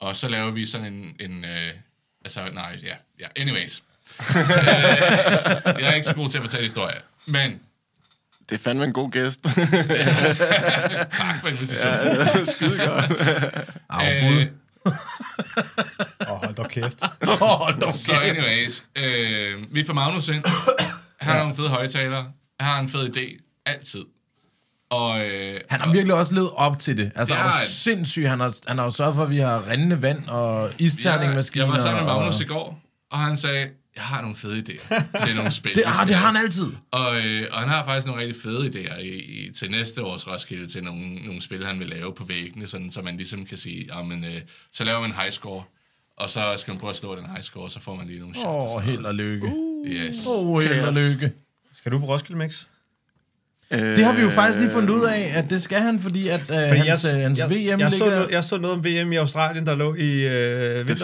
og så laver vi sådan en, en, øh, Altså, nej, ja. ja. Anyways. øh, jeg er ikke så god til at fortælle historier. Men
Det er fandme en god gæst.
tak for invitationen. Ja, ja.
Afbud.
Øh,
Åh, oh, hold da kæft.
Åh, dog
Så anyways, øh, vi får Magnus ind. Han har nogle fede højtalere. Han har en fed idé. Altid. Og, øh,
Han har virkelig også levet op til det. Altså,
Ja.
han er jo sindssyg. Han har, han har jo sørget for, at vi har rendende vand og
jeg,
isterningmaskiner.
jeg var sammen med Magnus
og-
i går, og han sagde, jeg har nogle fede idéer til nogle spil.
Det, ah, det har han altid.
Og, øh, og han har faktisk nogle rigtig fede idéer i, i, til næste års Roskilde, til nogle, nogle spil, han vil lave på væggene, sådan, så man ligesom kan sige, jamen, øh, så laver man en high score, og så skal man prøve at slå den high score, og så får man lige nogle shots.
Åh, oh, held og lykke. Åh,
Yes.
oh, held og lykke.
Skal du på Roskilde Mix?
Øh,
Det har vi jo faktisk lige fundet ud af, at det skal han, fordi at øh,
Fordi
hans, øh, hans
jeg,
VM
jeg, så
ligger...
noget, jeg så noget om VM i Australien, der lå i øh, vintermånederne.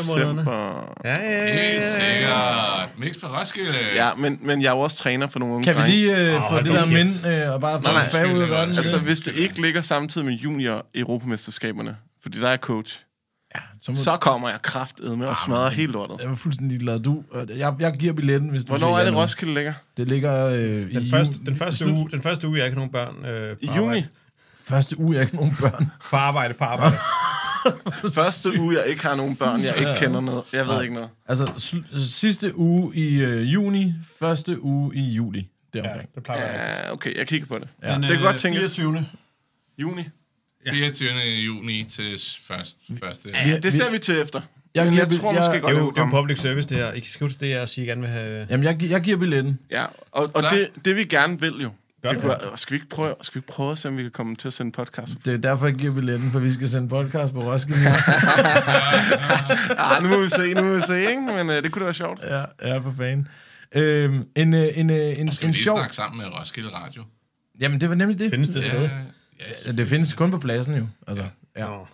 December.
Ja, ja, ja, ja,
Helt
ja.
sikkert. Mix på Roskilde.
Ja, men, men jeg er jo også træner for nogle unge
Kan vi
drenge.
lige øh, få
hold
det
da
der
kæft.
mind øh, og bare få
nej.
det fag ud af verden?
Undskyld, det var-
Altså,
Altså,
hvis det ikke ligger samtidig med junior-europamesterskaberne, fordi der er coach, så kommer jeg kraftedet
Ah,
med og smadrer helt lortet.
jeg var fuldstændig glad. Du, øh, jeg, jeg giver billetten, hvis du siger
Hvornår er
ja
det
nu.
Roskilde ligger?
Det ligger øh, i
Den, første, den, første uge, den første uge, jeg ikke har nogen børn øh, på
I juni?
Arbejde.
første uge, jeg har ikke nogen børn.
På arbejde, på arbejde.
Første uge, jeg ikke har nogen børn, jeg ikke kender noget. Jeg ved ikke noget.
Altså, sl- sidste uge i øh, juni, første uge i juli, deromkring.
det plejer jeg
Ja, okay, jeg kigger på det.
ja. øh,
Det kan godt tænkes.
24.
Juni.
24. juni til først, første.
Ja.
Det ser vi til efter.
Jeg,
Men
giver,
jeg tror
jeg,
måske
jeg,
Det
godt,
er,
det
jo,
kunne
det er jo
komme.
public service, det her. I kan skrive til DR og sige, at I gerne vil have...
Jamen, jeg, gi- jeg giver billetten.
Ja, og, og
Så-
det, det vi gerne vil jo.
Gør
Vi
det.
kunne, skal, vi ikke prøve, skal vi ikke prøve at se, om vi kan komme til at sende podcast?
Det er derfor, jeg giver billetten, for vi skal sende podcast på Roskilde.
Ah, nu må vi se, nu må vi se, ikke? Men øh, det kunne da være sjovt.
ja, ja, for fanden. Øhm, en, øh, en, øh, en,
Skal vi
en
lige
sjov...
snakke sammen med Roskilde Radio?
Jamen, det var nemlig det.
Findes det sted?
Ja, ja,
Ja, Det findes kun på pladsen jo. Altså, ja.
Nå.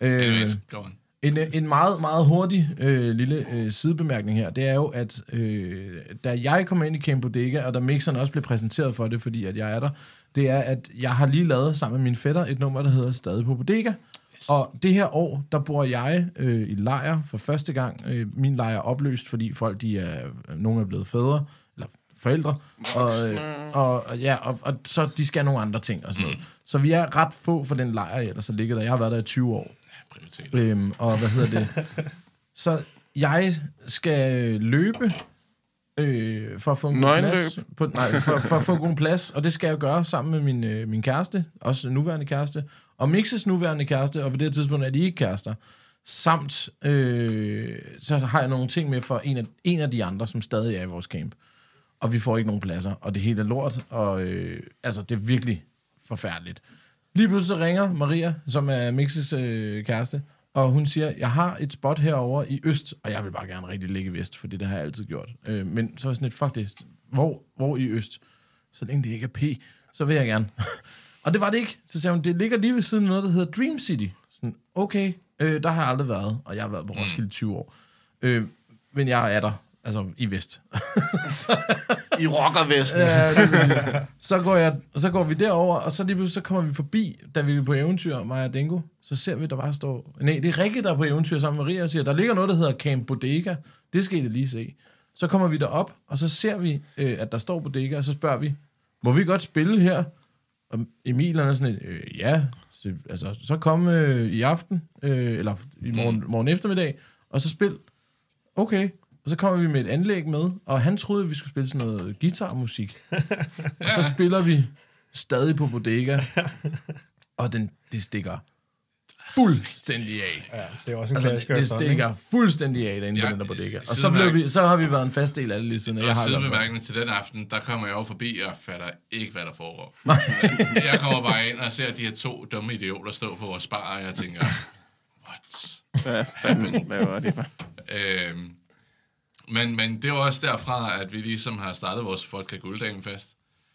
Øh,
anyways, go on.
en, øh, en meget, meget hurtig øh, lille øh, sidebemærkning her, det er jo, at øh, da jeg kom ind i Camp Bodega, og da mixeren også blev præsenteret for det, fordi at jeg er der, det er, at jeg har lige lavet sammen med min fætter et nummer, der hedder Stadig på Bodega. Yes. Og det her år, der bor jeg øh, i lejr for første gang. Øh, min lejr er opløst, fordi folk, de er, nogle er blevet fædre, eller forældre, og, øh, og, og, ja, og, og så de skal nogle andre ting og sådan noget. Mm. Så vi er ret få for den lejr, ellers så ligger der. Jeg har været der i 20 år.
Prioriteter.
Øhm, og hvad hedder det? Så jeg skal øh, løbe øh, for at få en god
Nøgenløb.
plads. På, nej, for, for at få en god plads. Og det skal jeg gøre sammen med min, øh, min kæreste, også nuværende kæreste, og Mixes nuværende kæreste, og på det her tidspunkt er de ikke kærester. Samt, øh, så har jeg nogle ting med for en af, en af de andre, som stadig er i vores camp. Og vi får ikke nogen pladser, og det hele er lort, og øh, altså, det er virkelig forfærdeligt. Lige pludselig så ringer Maria, som er Mixes øh, kæreste, og hun siger, jeg har et spot herover i øst, og jeg vil bare gerne rigtig ligge i vest, for det har jeg altid gjort. Øh, men så er jeg sådan lidt, fuck det, hvor, hvor i øst? Så længe det ikke er P, så vil jeg gerne. og det var det ikke. Så sagde hun, det ligger lige ved siden af noget, der hedder Dream City. Sådan, okay, øh, der har jeg aldrig været, og jeg har været på Roskilde i 20 år. Øh, men jeg er der, altså i vest.
I rockervesten.
Øh, så, går jeg, så går vi derover og så lige pludselig så kommer vi forbi, da vi er på eventyr, mig og Dingo, så ser vi, der bare står... Nej, det er Rikke, der er på eventyr sammen med Maria og siger, der ligger noget, der hedder Camp Bodega. Det skal I da lige se. Så kommer vi derop, og så ser vi, øh, at der står Bodega, og så spørger vi, må vi godt spille her? Og Emil han er sådan lidt, øh, ja, så, altså, så kom øh, i aften, øh, eller i morgen, morgen eftermiddag, og så spil okay. Og så kommer vi med et anlæg med, og han troede, at vi skulle spille sådan noget guitarmusik. og så spiller vi stadig på bodega, og den, det stikker fuldstændig af.
Ja, det er også en altså,
Altså,
klassiker.
det
efterhånden,
stikker fuldstændig af derinde på
Ja,
den der bodega.
øh,
Og så, blev
sidemærke-
vi, så har vi været en fast del af det lige siden. og Jeg
Og
har i hvert fald-
sidebemærkningen til den aften, der kommer jeg over forbi, og jeg fatter ikke, hvad der foregår. jeg kommer bare ind og ser de her to dumme idioter stå på vores bar, og jeg tænker, what?
Hvad var det, mand?
Øhm, men, men det var også derfra, at vi ligesom har startet vores Vodka Gulddamefest.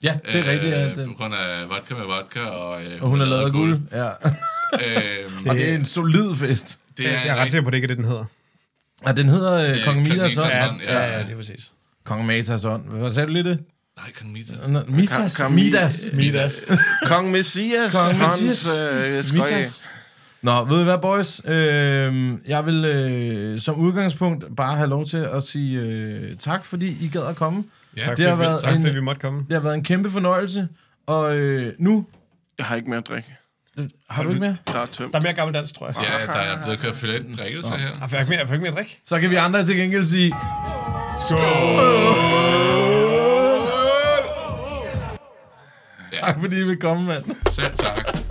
Ja, det
Øh,
er rigtigt. Ja, den,
På grund af vodka med vodka, og, øh,
og hun er lavet af guld. Ja.
Øhm,
og det er en solid fest.
det er,
ikke? Jeg er ret
rigtig-
sikker på, det ikke er det, den hedder.
Og den hedder øh,
Øh,
Kong
Kong
Midas
Midas
ånd.
ånd. Ja, ja,
det er præcis.
Kong Matas ånd. Hvad sagde du lige det?
Nej, Kong Mita.
Nå, Mitas.
Kong- Kong
Midas.
Midas.
Kong Messias.
Kong
Hans,
Mathias.
øh, skøj.
Mitas. Nå, ved I hvad, boys? Øh, jeg vil øh, som udgangspunkt bare have lov til at sige øh, tak, fordi I gad at komme.
Ja.
Tak,
det, har
fordi,
været
tak
en,
fordi vi måtte komme.
det har været en kæmpe fornøjelse. Og øh, nu...
Jeg har ikke mere at drikke.
Har du ikke mere?
Der er tømt.
Der er mere gammel dans, tror jeg.
Ja, der er blevet kørt fyldt en drikkelse her.
Jeg får ikke mere, jeg får ikke mere drik.
Så kan vi andre til gengæld sige... Skål! Tak fordi I vil komme, mand.
Selv tak.